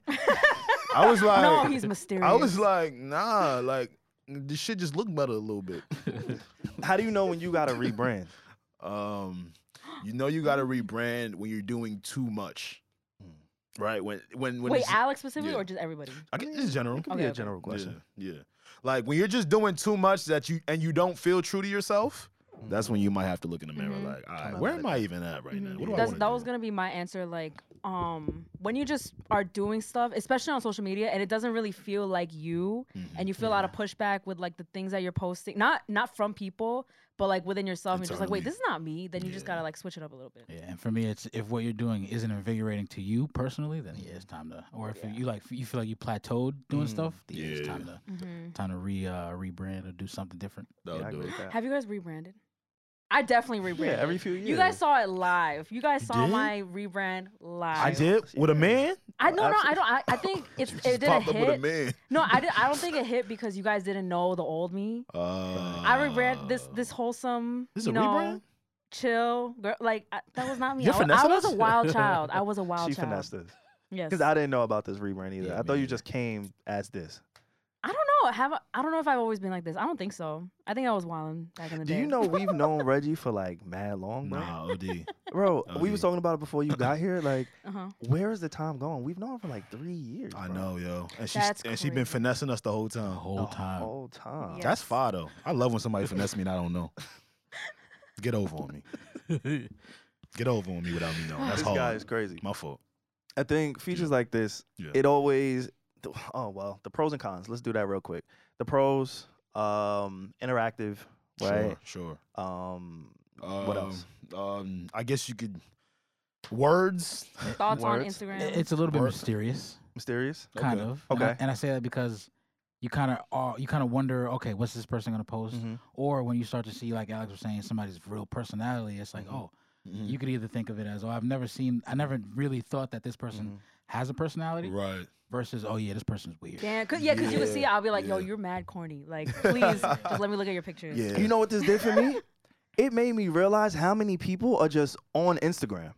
I was like, No, he's mysterious. I was like, nah, like this shit just look better a little bit. How do you know when you gotta rebrand? Um, you know you <gasps> gotta rebrand when you're doing too much. Right? When when when Wait, it's, Alex specifically yeah. or just everybody? I guess it's general. Could be Okay, a okay. general question. Yeah, yeah. Like when you're just doing too much that you and you don't feel true to yourself, that's when you might have to look in the mirror Mhm. like, all right, Kinda where like am I even at right now? Mhm. What do I That's, wanna that do? was gonna be my answer. Like, um, when you just are doing stuff, especially on social media, and it doesn't really feel like you, Mm-hmm. and you feel a lot of pushback with like the things that you're posting. Not not from people, but like within yourself. And you're just like, wait, Internally. this is not me. Then you just Yeah. gotta like switch it up a little bit. yeah, and for me, it's if what you're doing isn't invigorating to you personally, then yeah, it's time to. Or if you like, you feel like you plateaued doing Mm. stuff, then yeah, it's Yeah. time to Mhm. time to re uh, rebrand or do something different. That'll Yeah, I do agree <laughs> it. with that. Have you guys rebranded? I definitely Yeah, rebranded. every few years. You guys saw it live. You guys You saw did? my rebrand live. I did with a man. I no no. I Absolutely. don't. I, <laughs> I think it's Just it didn't popped up with a hit. man. No, I did. I don't think it hit because you guys didn't know the old me. Uh, I rebrand this this Oh. wholesome. This is you a know, rebrand? Chill girl, like I, that was not me. You're I, wa- I finessing was a us? <laughs> wild child. I was a wild She child. finessed this Yes. because I didn't know about this rebrand either. Yeah, I me thought you neither. just came as this. I don't know. Have I, I don't know if I've always been like this. I don't think so. I think I was wilding back in the Do day. you know we've known Reggie for like mad long, bro? Nah, OD. Bro, Oh, we yeah. was talking about it before you got <laughs> here. Like, Uh-huh. where is the time going? We've known her for like three years. I bro. know, yo. And she's That's and she been crazy. finessing us the whole The time. The whole time. whole time. Yeah. That's fire though. I love when somebody finesse me and I don't know. Get over on me. Get over on me without me knowing. That's This hard. guy is crazy. My fault. I think features like this, Yeah. it always. th- <laughs> Oh well, the pros and cons. Let's do that real quick. The pros, um, interactive, right? Sure. Um, sure. What else? Um, Um, I guess you could words. Thoughts on Words. Instagram? it's a little bit Work. mysterious, mysterious. kind Okay. of. And I- Okay. and I say that because you kind of are. You kind of wonder, okay, what's this person gonna post? Mhm. Or when you start to see, like Alex was saying, somebody's real personality, it's like, Mhm. oh, you could either think of it as, oh, I've never seen, I never really thought that this person Mhm. has a personality, Right. versus, oh yeah, this person's weird. Damn, cause, yeah, because you can Yeah, see, I'll be like, yo, yeah. you're mad corny. Like, please, just let me look at your pictures. Yeah. You know what this did for me? It made me realize how many people are just on Instagram.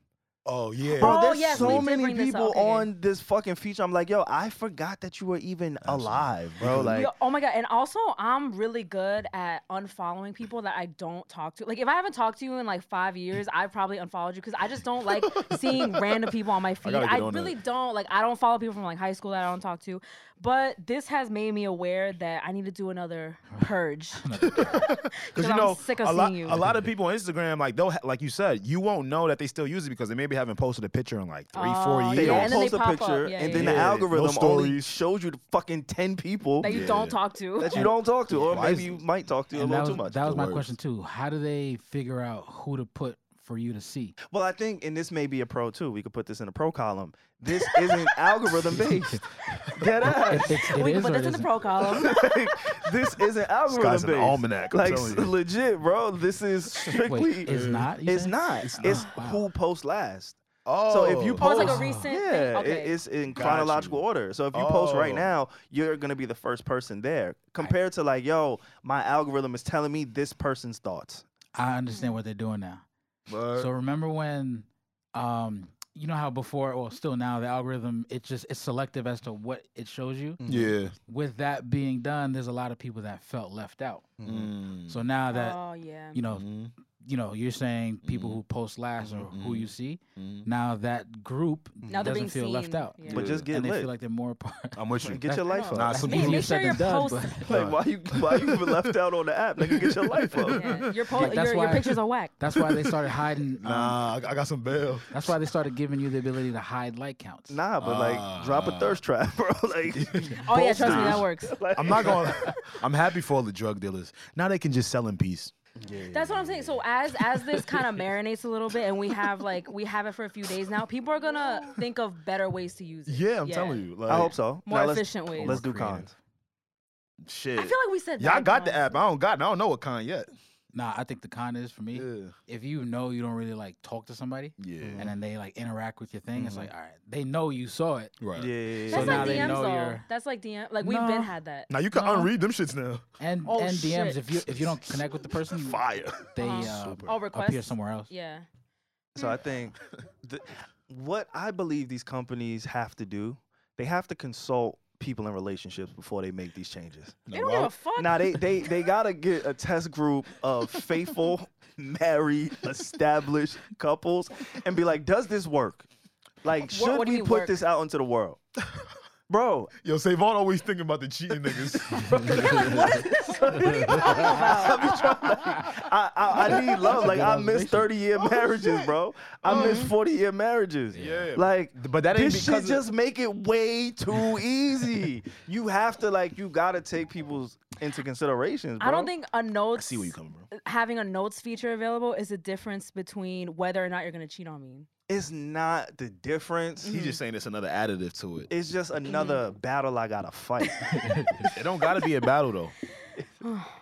Oh yeah. Bro, Oh, there's yes, we so did many bring this up. people Okay, okay. on this fucking feature. I'm like, yo, I forgot that you were even Absolutely. alive, bro. Because- Like, Yo, oh my god! And also, I'm really good at unfollowing people that I don't talk to. Like, if I haven't talked to you in like five years, I probably unfollowed you because I just don't like seeing random people on my feed. gotta I, get on really that. don't like. I don't follow people from like high school that I don't talk to. But this has made me aware that I need to do another purge. Because you I'm know, sick of a, lot, seeing you. a lot of people on Instagram, like they'll, ha- like you said, you won't know that they still use it because they maybe haven't posted a picture in like three, four Oh, years. they Yeah, don't and then they post a pop up. picture, Yeah, and yeah, then yeah. the Yeah, no algorithm only stories. shows you the fucking ten people that you <laughs> Yeah. don't talk to. that you don't talk to, or Why maybe is- you might talk to a And little that was, too much. that was The my words. question too. How do they figure out who to put for you <laughs> to see? Well, I think, and this may be a pro too. We could put this in a pro column. This isn't algorithm based. Dead <laughs> ass. It's, it we can is put or it this in the isn't? pro column. <laughs> <laughs> Like, this isn't This algorithm guy's based. an almanac. I'm <laughs> like telling s- you. Mm-hmm. legit, bro. This is strictly. Wait, it's not. you It's said? not. It's, not. Wow. who posts last. Oh, So if you Oh, it's post, like a Oh. recent thing. yeah, it- Okay. it's in Got chronological you. order. So if you post right Oh. now, you're gonna be the first person there. Compared to like, yo, my algorithm is telling me this person's thoughts. I understand what they're doing now. Word. So remember when, um, you know how before, well, still now the algorithm it just it's selective as to what it shows you. Mm. yeah. With that Mm-hmm. Mm. being done, there's a lot of people that felt left out. So now that oh yeah. you know Mhm. you know, you're saying people Mhm. Mm-hmm. who post last or who you see. Mhm. Now that group Now they're doesn't being feel left seen, out. yeah. Mm-hmm. But just get and they lit. feel like they're more <laughs> a part. <laughs> I'm with you. Get your life I up. know. Nah, some Make- people- make sure Said you're and done, but- posting. <laughs> Like why you why you been left out on the app? Nigga, get your life <laughs> up. Yeah, your, po- Like, that's your, your why- pictures are whack. <laughs> That's why they started hiding. <laughs> um, Nah, I I got some <laughs> bail. That's why they started giving you the ability to hide like counts. Nah, but like drop a Ah. thirst trap, <laughs> bro. <laughs> Like, Oh yeah, both trust me, that times. works. Like- I'm not <laughs> going. to I'm happy for all the drug dealers. Now they can just sell in peace. That's what I'm saying. So as as this kind of marinates a little bit, and we have like we have it for a few days now, people are gonna think of better ways to use it. Yeah, I'm telling you. Like, I hope so. More Now let's- efficient ways. Let's do Creative. cons. Shit. I feel like we said Y'all that got the once. app. I don't got. I don't know what kind yet. Nah, I think the con is for me. If you know you don't really like talk to somebody, Yeah. and then they like interact with your thing, it's like all right, they know you saw it. Right. Yeah, yeah, yeah. That's So now like they DMs know though. you're- That's like DM. Like we've No. been had that. Now you can No. unread them shits now. And Oh, and DMs shit. if you if you don't connect with the person, Fire. <laughs> they Uh-huh. uh, All appear requests. somewhere else. Yeah. So I think <laughs> the, what I believe these companies have to do, they have to consult people in relationships before they make these changes. They don't give a fuck. <laughs> Now they they they gotta get a test group of faithful, <laughs> married, established couples, and be like, does this work? Like, should what do you we mean put work? this out into the world, <laughs> bro? Yo, Savon always thinking about the cheating <laughs> niggas. <laughs> I, I, I need love. Like I miss Revelation. 30 year Oh, marriages, bro. I Mm-hmm. miss 40 year marriages. Yeah. Like But that ain't this because shit of- just make it way too <laughs> easy. you have to like you gotta take people's into considerations, bro. I don't think a notes. see where you coming from. Having a notes feature available is the difference between whether or not you're gonna cheat on <sighs> me. it's not the difference. He's just saying it's another additive to <laughs> Mm-hmm. it. It's just another battle I gotta fight. It don't gotta be a battle though.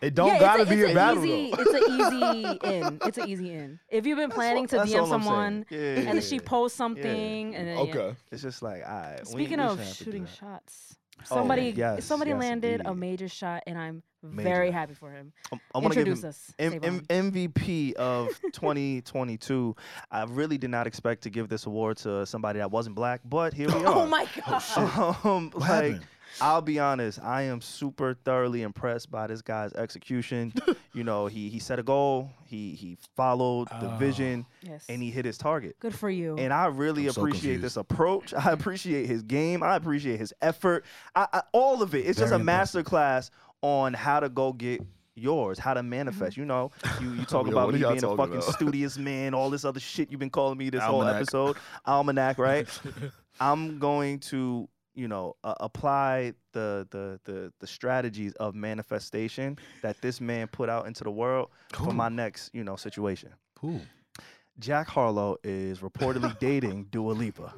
It don't yeah, it's gotta a- be it's a battle Easy, though. <laughs> it's an easy in. It's an easy in. If you've been <laughs> planning all- that's to DM all I'm saying. someone Yeah, and then she yeah, posts something and then yeah. it's just like I. Speaking of shooting shots, somebody Oh, yes, somebody yes, landed a indeed. major shot, and I'm Major. very happy for him. I, I want to give Introduce him us. M- Savon. M- MVP of <laughs> 2022. I really did not expect to give this award to somebody that wasn't black, but here we are. <laughs> oh my god! <laughs> Um, like, happened? I'll be honest, I am super thoroughly impressed by this guy's execution. you know, he he set a goal, he he followed the Oh. vision, yes. and he hit his target. Good for you. And I really I'm so appreciate this approach. <laughs> I appreciate his game. I appreciate his effort. I, I, all of it. It's just a Very master class on how to go get yours, how to manifest. You know, you, <laughs> you talk Yo, about what are me y'all being a talking fucking about? <laughs> studious man, all this other shit you've been calling me this whole Almanac. episode. <laughs> Almanac, right? I'm going to, you know, uh, apply the, the the the strategies of manifestation that this man put out into the world for my next, you know, situation. Cool. Jack Harlow is <laughs> reportedly dating Dua Lipa.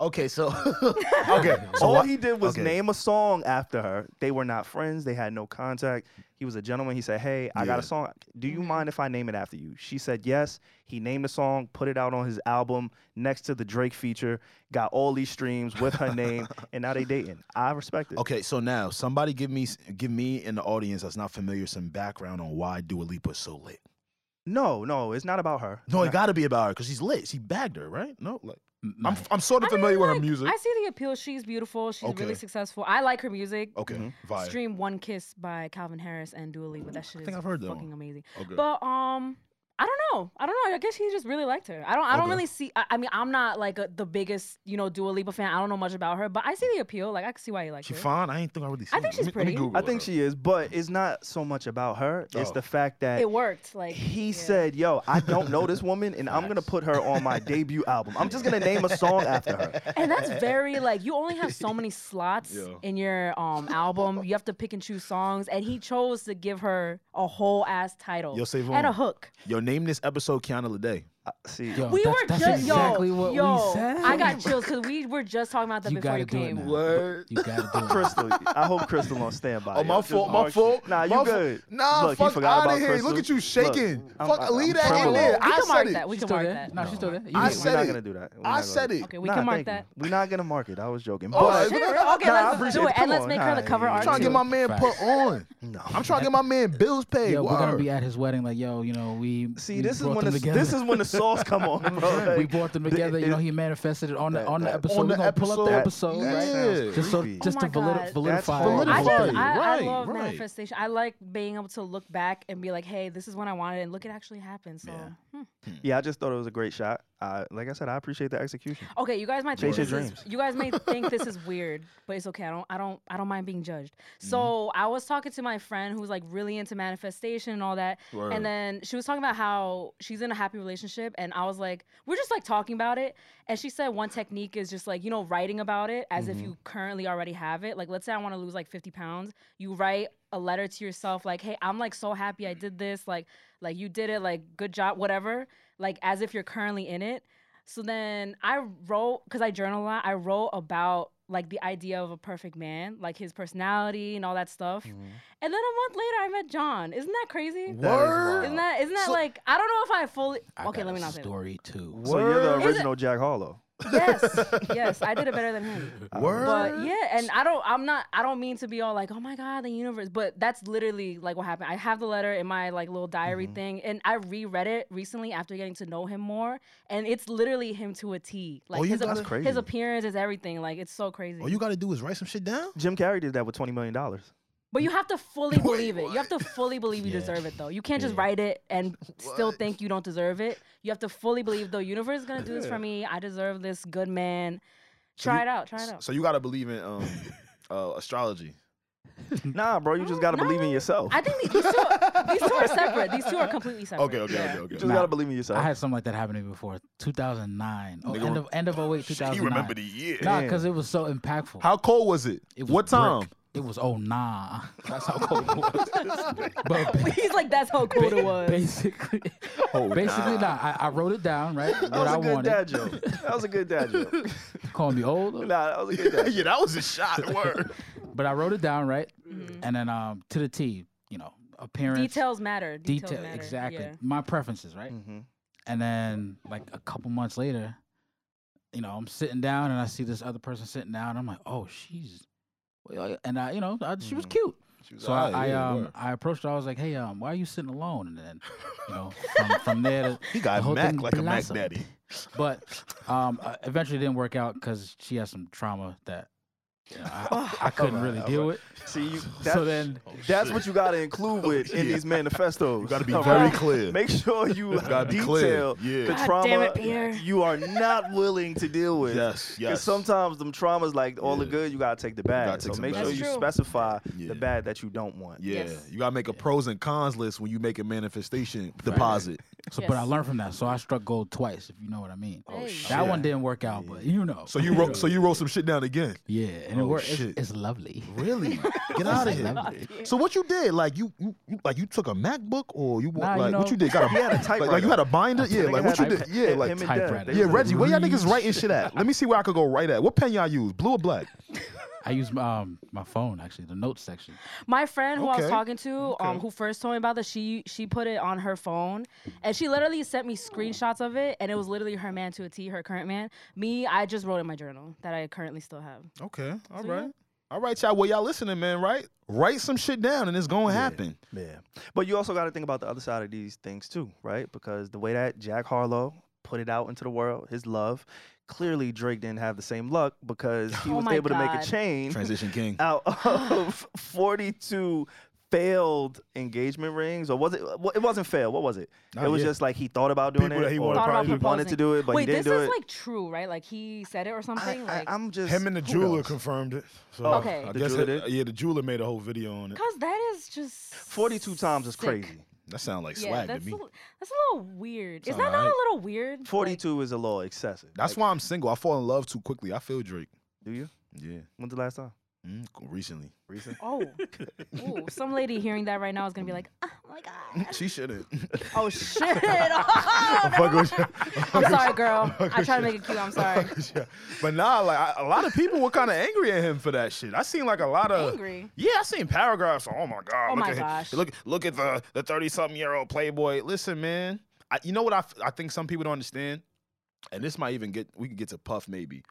Okay, so <laughs> okay, so All what- he did was okay. name a song after her. They were not friends. They had no contact. He was a gentleman. He said, "Hey, I got Yeah. a song. Do you Mhm. mind if I name it after you?" She said, "Yes." He named the song, put it out on his album next to the Drake feature, got all these streams with her name, and now they dating. I respect it. Okay, so now somebody give me give me in the audience that's not familiar some background on why Dua Lipa is so lit. No, no, it's not about her. No, Nah. it got to be about her because she's lit. She bagged her, right? No, like No, I'm I'm sort of I mean, familiar with her like, music. I see the appeal. She's beautiful. She's Okay. really successful. I like her music. okay, Mhm. vibe. Stream One Kiss by Calvin Harris and Dua Lipa. That shit think is I've heard that fucking one. amazing. Okay. But um, I don't know. I don't know. I guess he just really liked her. I don't. I don't Okay. really see. I, I mean, I'm not like a, the biggest you know Dua Lipa fan. I don't know much about her, but I see the appeal. Like I can see why you like she her. fine. I ain't think I really. Seen think her. she's Let me- let me pretty. Google I think her. she is, but it's not so much about her. It's Oh. the fact that It worked. Like he yeah. said, "Yo, I don't know this woman, and I'm gonna put her on my debut album. I'm just gonna name a <laughs> song after <laughs> her." <laughs> and that's very like you only have so many slots Yeah. in your um album. You have to pick and choose songs, and he chose to give her a whole ass title Yo, Savon. and a hook. Yo, name this episode Kiana Lede. Uh, see, Yo, We Oh, that's, were that's just exactly yo, what yo, we said. I got chills because we were just talking about that You before gotta you do it came. now. What? You gotta do it. Crystal, I hope Crystal on standby. Oh, my Yo, just fault. mark My it. fault. Nah, you my fault. good. Nah, Look, he fuck forgot out about of here. Crystal. Look at you Look, shaking. I'm- fuck, I'm- leave I'm that in trembling. there. We I can mark said it. that. We She's can still mark there. that. No, she's still there. You I can- We're said not it. gonna do that. We're I not gonna- said it. Okay, we Nah, can mark thank you. that. We're not gonna mark it. I was joking. Oh, But- I- Sure, okay, Nah, I let's appreciate do it. it, and Come let's on. make her the Nah, cover yeah. I'm art. trying to too. get my man Facts. put on. no. I'm trying to get my man bills paid. Yo, we're gonna Word. be at his wedding, like, yo, you know, we See, we this is brought when them the, together. this is when the sauce come on, <laughs> bro. we Like, brought them the- together. you know, it- he manifested it on the that- on the that- episode. on We're the gonna pull up the episode. episode, that right? sounds Just so, creepy. Oh just to my valid, God. solidify. That's I just Right, I, right, I love right. manifestation. I like being able to look back and be like, hey, this is when I wanted, it, and look, it actually happened. So, Yeah. hmm. yeah, I just thought it was a great shot. I, like I said, I appreciate the execution. okay, you guys might think Chase this your is, dreams. you <laughs> guys may think this is weird, but it's okay. I don't I don't I don't mind being judged. Mm-hmm. So I was talking to my friend who's like really into manifestation and all that, and <laughs> then she was talking about how she's in a happy relationship, and I was like, we're just like talking about it, and she said one technique is just like you know writing about it as if you currently already have it. Like let's say I want to lose like fifty pounds, you write a letter to yourself like, hey, I'm like so happy I did this, like like you did it, like good job, whatever, like as if you're currently in it. So then I wrote because I journal a lot. I wrote about like the idea of a perfect man, like his personality and all that stuff. And then a month later, I met John. Isn't that crazy? Word. Isn't that isn't that So- like I don't know if I fully I okay. got Let a me not say that. story too. So you're the Word. Is it- original Jack Harlow. <laughs> yes, yes, I did it better than him. Word. But yeah, and I don't. I'm not. I don't mean to be all like, oh my god, the universe. But that's literally like what happened. I have the letter in my like little diary thing, and I reread it recently after getting to know him more, and it's literally him to a T. Like Oh, you his, gotta- That's crazy. his appearance is everything. Like it's so crazy. Oh, All you gotta do is write some shit down. Jim Carrey did that with twenty million dollars. But you have to fully believe it. You have to fully believe you Yeah. deserve it, though. You can't just Yeah. write it and still What? think you don't deserve it. You have to fully believe the universe is gonna do this for me. I deserve this, good man. So Try you- it out. Try it out. So you gotta believe in <laughs> um, uh, astrology. Mm. Nah, bro, you just gotta believe in no. yourself. I think these these two, are, these two are separate. These two are completely separate. Okay, okay, Yeah. okay, okay. You just Nah. gotta believe in yourself. I had something like that happen to me before. 2009. Oh, Nigga, end of end of 08, Shit, 2009. You remember the year? Nah, because it was so impactful. How cold was it? It was what time? brick. It was oh nah. <laughs> That's how cold it was. <laughs> but ba- <laughs> He's like, that's how cool it was. basically, <laughs> basically nah. I, I wrote it down right what that was I a good wanted. dad joke. That was a good dad joke. <laughs> Call me old, nah, that was a good dad. joke. <laughs> yeah, that was a shot. Word. but I wrote it down right, Mhm. and then um to the T. You know, appearance, Details matter. Details detail, matter. exactly. Yeah. My preferences, right? Mhm. And then like a couple months later, you know, I'm sitting down and I see this other person sitting down. I'm like, oh, she's, and I, you know, I, she was Mhm. cute. So I, I um um, I approached her. I was like, hey, um, why are you sitting alone? And then, you know, from, from there, to, he the got whole Mac thing like a Mac blossomed. Daddy. But um, uh, eventually it didn't work out because she has some trauma that you know, I, I couldn't Alright, really alright. deal with. See, you, that's, So then, Oh, Oh, that's shit. what you gotta include with in Yeah. these manifestos. You gotta be All very right? clear. Make sure you gotta be clear. detail the Yeah. God damn trauma it, Pierre. you are not willing to deal with. Yes. Because Yes. sometimes them traumas, like all the Yeah. good, you gotta take the gotta bad. take so some make bad. sure That's you true. specify Yeah. the bad that you don't want. Yeah, Yes. you gotta make a pros and cons list when you make a manifestation deposit. so Yes. but I learned from that. So I struck gold twice, if you know what I mean. Oh, Hey. shit. That one didn't work out, but you know. So you wrote, so you wrote some shit down again. yeah, and Oh, it worked. It's, shit. it's lovely. Really? Get out of It's here. lovely. So what you did? Like you, you, you- like you took a MacBook or you Nah, like you what know- you did? Got a, He had a like, typewriter. like you had a binder? Yeah, Nigga like what you had did? a- Yeah, him like and Dad, typewriter. they yeah, was- Reggie, where y'all Reach. niggas writing shit at? Let me see where I could go right at. What pen y'all use? Blue or black? I used my, um, my phone actually, the notes section. My friend who I was Okay. talking to, um, who first told me about this, she she put it on her phone, and she literally sent me screenshots of it, and it was literally her man to a T, her current man. Me, I just wrote in my journal that I currently still have. Okay, all yeah. right, all right, y'all. Well, y'all listening, man, right? Write some shit down, and it's gonna happen. Yeah. But you also got to think about the other side of these things too, right? Because the way that Jack Harlow put it out into the world, his love, clearly Drake didn't have the same luck because he Oh was my able to make God. a chain Transition King. <laughs> out of 42 failed engagement rings or was it well, it wasn't failed what was it Oh, it was yeah. just like he thought about doing People it that he or wanted Thought about he wanted to proposing. do it but Wait, he this didn't do is it like true, right? Like he said it or something. I, like, am just Him and the who jeweler knows? Oh. confirmed it. So Okay. I The guess jeweler it- did? yeah, the jeweler made a whole video on it. cause that is just 42 times is sick. crazy That sounds like Yeah, swag to that's me. a, li- that's a little weird. Is Sound that not alright. a little weird? Like, 42 is a little excessive That's Like, why I'm single. I fall in love too quickly. I feel Drake. do you Yeah, when's the last time mm, cool. recently. recent <laughs> Oh, Ooh, some lady hearing that right now is gonna be like, "Oh my <laughs> <laughs> god, She shouldn't. <laughs> <laughs> oh shit!" Oh, never mind. I'm sorry, <laughs> girl. I try to make it <laughs> cute. I'm sorry. Yeah. But nah, like I, a lot of people were kind of angry at him for that shit. I seen like a lot of Angry. Yeah, I seen paragraphs. Oh my god! Oh look my at him. gosh. Look, look at the the thirty something year old playboy. Listen, man. I, you know what I, f- I think some people don't understand, and this might even get we can get to Puff maybe.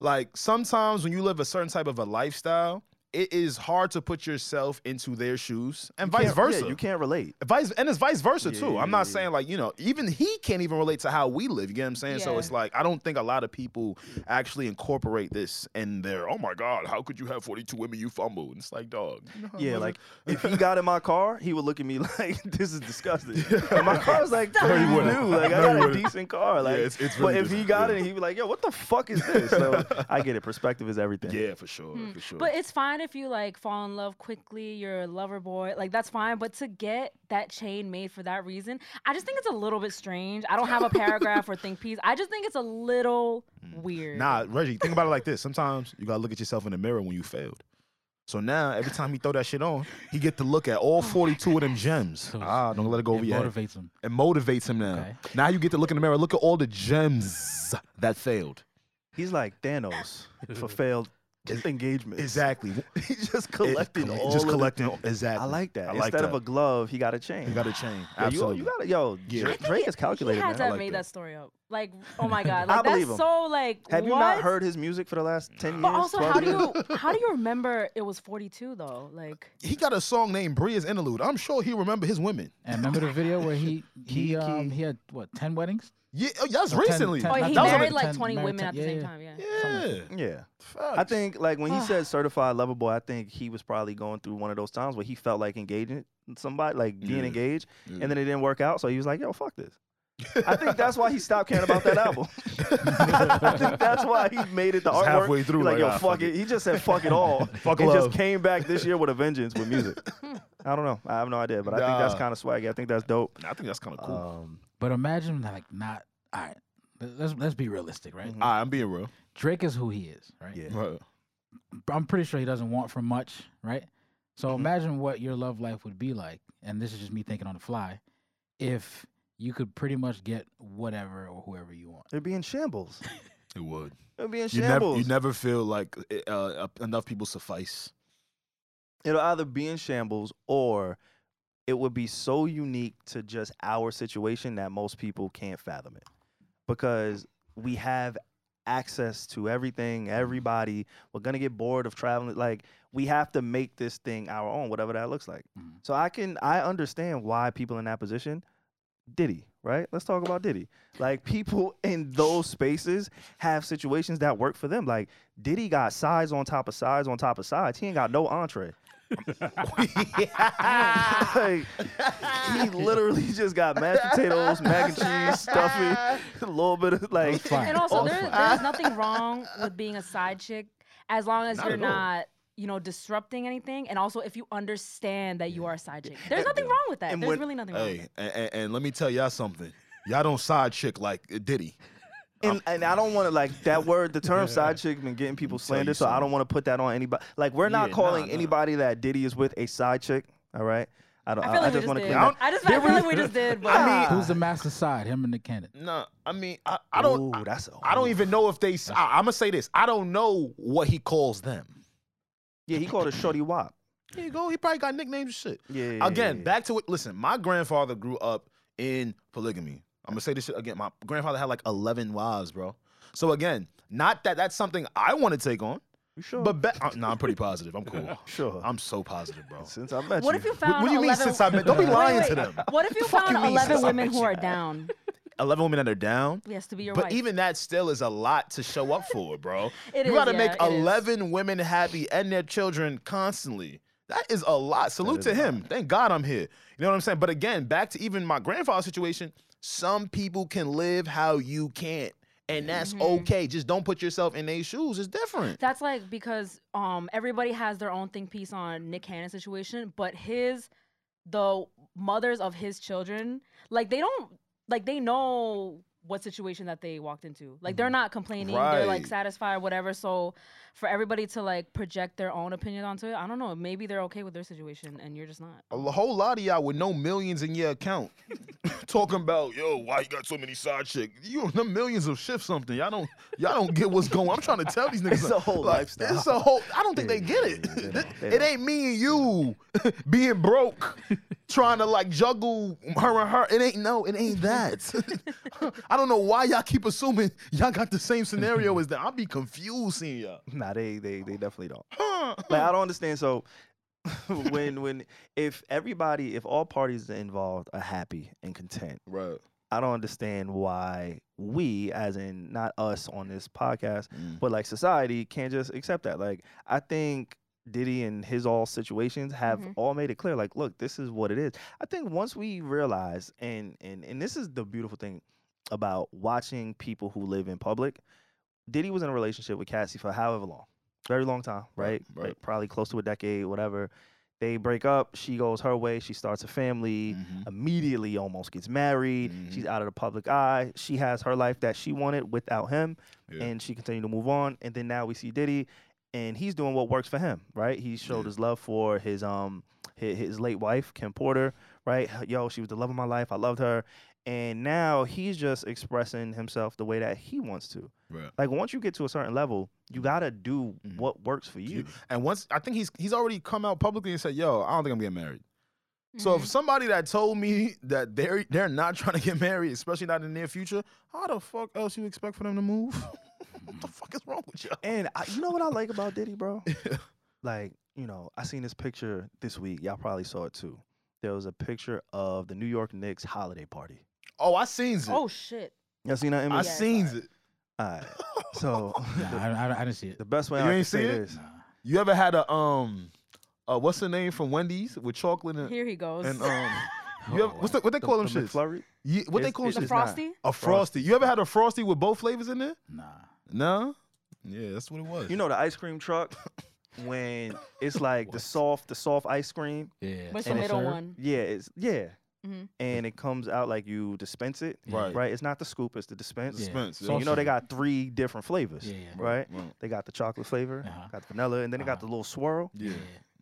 Like sometimes when you live a certain type of a lifestyle, it is hard to put yourself into their shoes and You vice can't- yeah, versa. you can't relate. Vice and it's vice versa Yeah, too. yeah, I'm not yeah. saying like you know even he can't even relate to how we live. You get what I'm saying? So Yeah. it's like I don't think a lot of people actually incorporate this in their. Oh my God, how could you have 42 women you fumble? And it's like dog. you know how Yeah, much- like if he got in my car, he would look at me <laughs> like, "This <laughs> is disgusting." And my car was like Stop. <laughs> No, pretty he new, wouldn't. like No, I he got a wouldn't. decent car. Like, it's- it's but really if he different, got yeah. it, he'd be like, "Yo, what the fuck is <laughs> this?" So I get it. Perspective is everything. yeah, for sure, Mm, for sure. But it's fine if you like fall in love quickly, you're a lover boy, like that's fine. But to get that chain made for that reason, I just think it's a little bit strange. I don't have a paragraph or think piece. I just think it's a little Mm. weird. Nah, Reggie, think about it like this. Sometimes you gotta look at yourself in the mirror when you failed. So now every time he throw that shit on, he get to look at Oh. all 42 of them gems. So Ah, don't let it go over it your head. motivates him. It motivates him now. Okay. Now you get to look in the mirror. Look at all the gems that failed. He's like Thanos <laughs> for failed engagement. <laughs> Exactly. He just collected all. Just of the- collecting. Exactly. I like that. I like Instead of that. a glove, he got a chain. You got a chain. Yo, you- Absolutely. You, got it. Yo, Yeah. Dra- I Drake is he calculated. had man. to I have like made that. that. story up. Like, <laughs> oh my god, I like believe that's him. so like. Have you what? not heard his music for the last ten years? But also, 12 how do years? <laughs> you how do you remember it was 42 though? Like, he got a song named Bria's Interlude. I'm sure he remember his women. And remember the video where he Key, he um key. he had what ten weddings? Yeah, oh, that's Or 10 recently. ten- oh, not he that was on married the- like ten- 20 married women ten- at the yeah, same yeah. time. Yeah. yeah. Yeah. Facts. I <laughs> think <laughs> like when he said certified lover boy, I think he was probably going through one of those times where he felt like engaging somebody, like being Yeah. engaged, Yeah. and then it didn't work out. So he was like, "Yo, <laughs> fuck this." I think that's why he stopped caring about that album. <laughs> I think that's why he made it the Just artwork. halfway through, He like, like, yo, "Ah, fuck, fuck it. He just said fuck it all. <laughs> Fuck and love. just came back this year with a vengeance with music. I don't know. I have no idea, but I think that's Nah. kind of swaggy. I think that's dope. I think that's kind of cool. Um, But imagine like not all right. let- Let's let's be realistic, right? Mhm. All right, I'm being real. Drake is who he is, right? yeah. Right. I'm pretty sure he doesn't want for much, right? So Mhm. imagine what your love life would be like, and this is just me thinking on the fly, if you could pretty much get whatever or whoever you want. It'd be in shambles. It would. It'd be in You never, shambles. you never feel like uh, uh, enough people <laughs> suffice. It'll either be in shambles or it would be so unique to just our situation that most people can't fathom it because we have access to everything, everybody. We're gonna get bored of traveling. Like we have to make this thing our own, whatever that looks like. Mhm. So I can I understand why people in that position. Diddy, right? Let's talk about Diddy. Like people <laughs> in those spaces have situations that work for them. Like Diddy got sides on top of sides on top of sides. He ain't got no entree. Like, he literally just got mashed potatoes, mac and cheese, <laughs> stuffing, a little bit of like. That's fine. And also, All there, fine. <laughs> there's nothing wrong with being a side chick as long as Not you're at all. not, you know, disrupting anything. And also, if you understand that you are a side chick, there's nothing wrong with that. and There's when- really nothing wrong. with hey, and, and, and let me tell y'all something. Y'all don't side chick like Diddy. And, and I don't want to like that word. The term side chick been getting people you slandered, so I don't something. want to put that on anybody. Like we're not Yeah, calling nah, nah. anybody that Diddy is with a side chick. All right. I don't. it. I I, feel I like we just just want to did. clean I, up. just I feel like we just did. But I uh, Ah. mean- Who's the master side? Him and <laughs> the cannon. Nah, I mean, I, I don't. Ooh, that's. I, I don't ooh. even know if they. s- I, am gonna say this. I don't know what he calls them. Yeah, he called a shorty wop. Here you go. He probably got nicknames and shit. Yeah. yeah, Again, yeah. back to it. Listen, my grandfather grew up in polygamy. I'm gonna say this shit again. My grandfather had like 11 wives, bro. So again, not that that's something I want to take on, You sure? but be- uh, nah, I'm pretty positive. I'm <laughs> cool. sure. I'm so positive, bro. Since I met what you. if you What, found what do you mean 11 since I met? Don't be <laughs> Wait, lying wait. to them. What if you fuck found you mean, 11 sis? I women bet who you are that. down? Eleven women that are down. Yes, to be your But wife. even that still is a lot to show up for, bro. It you is, gotta yeah, make it is. eleven women happy and their children constantly. That is a lot. Salute is to a him. Thank God I'm here. You know what I'm saying? But again, back to even my grandfather's situation, some people can live how you can't. And Mm-hmm. that's okay. Just don't put yourself in their shoes. It's different. That's like because um everybody has their own think piece on Nick Cannon's situation, but his the mothers of his children, like they don't like they know what situation that they walked into. Like they're not complaining, they're like Mm-hmm. Right. satisfied or whatever. So for everybody to like project their own opinion onto it, I don't know. Maybe they're okay with their situation and you're just not. A whole lot of y'all with no millions in your account <laughs> talking about, yo, why you got so many side chicks? You don't know millions of shift something. Y'all don't y'all don't get what's going on. I'm trying to tell these niggas. <laughs> It's a whole lifestyle. It's a whole I don't think they Yeah, get yeah, <laughs> yeah, it. they don't, they it <laughs> don't. ain't me and you being broke trying to like juggle her and her. It ain't no, it ain't that. <laughs> I don't know why y'all keep assuming y'all got the same scenario as that. I'll be confused seeing y'all. Nah, they they they definitely don't. Huh. Like I don't understand. So <laughs> when when if everybody if all parties involved are happy and content, <laughs> Right. I don't understand why we, as in not us on this podcast, Mm-hmm. but like society can't just accept that. Like I think Diddy and his all situations have Mm-hmm. Mhm. all made it clear. Like, look, this is what it is. I think once we realize, and and and this is the beautiful thing about watching people who live in public. Diddy was in a relationship with Cassie for however long, very long time, Right, right? right. Like, Probably close to a decade, whatever. They break up. She goes her way. She starts a family immediately almost gets married. Mm-hmm. She's out of the public eye. She has her life that she wanted without him, Yeah. and she continued to move on. And then now we see Diddy, and he's doing what works for him, right? He showed Yeah. his love for his um his, his late wife Kim Porter, right? Yo, she was the love of my life. I loved her. And now he's just expressing himself the way that he wants to. Right. Like once you get to a certain level, you gotta do Mhm. what works for You- you. And once I think he's he's already come out publicly and said, "Yo, I don't think I'm getting married." So Mm-hmm. if Mhm. somebody that told me that they're they're not trying to get <laughs> married, especially not in the near future, how the fuck else you expect for them to move? <laughs> what the fuck is wrong with y'all? And I, you know what I like about Diddy, <laughs> bro? like you know, I seen this picture this week. Y'all probably saw it too. There was a picture of the New York Knicks holiday party. Oh, I seen it. Oh shit. Y'all seen that I image? Yeah, I seen <laughs> saw it. All right. So Nah, the, I, I, I didn't see it. the best way You I can ain't say see it? this. Nah. You ever had a um, uh, what's the name from Wendy's with chocolate and, Here he goes. Uh, and um, <laughs> you ever, Oh, what's the, what they call them the shits? McFlurry? Yeah, what they It's- call it's them the just shits? not- frosty. A frosty. You ever had a frosty with both flavors in there? Nah. No. Yeah, that's what it was. You know the ice cream truck when <laughs> it's like the What? soft, the soft ice cream. Yeah. What's the And it middle serve? one? Yeah, it's yeah. Mhm. And it comes out like you dispense it, Right. right? It's not the scoop, it's the dispense. Yeah. Spence. So- You know they got three different flavors, Yeah, yeah. right? Right. They got the chocolate flavor, Uh-huh. got the vanilla, and then they got Uh-huh. the little swirl. Yeah.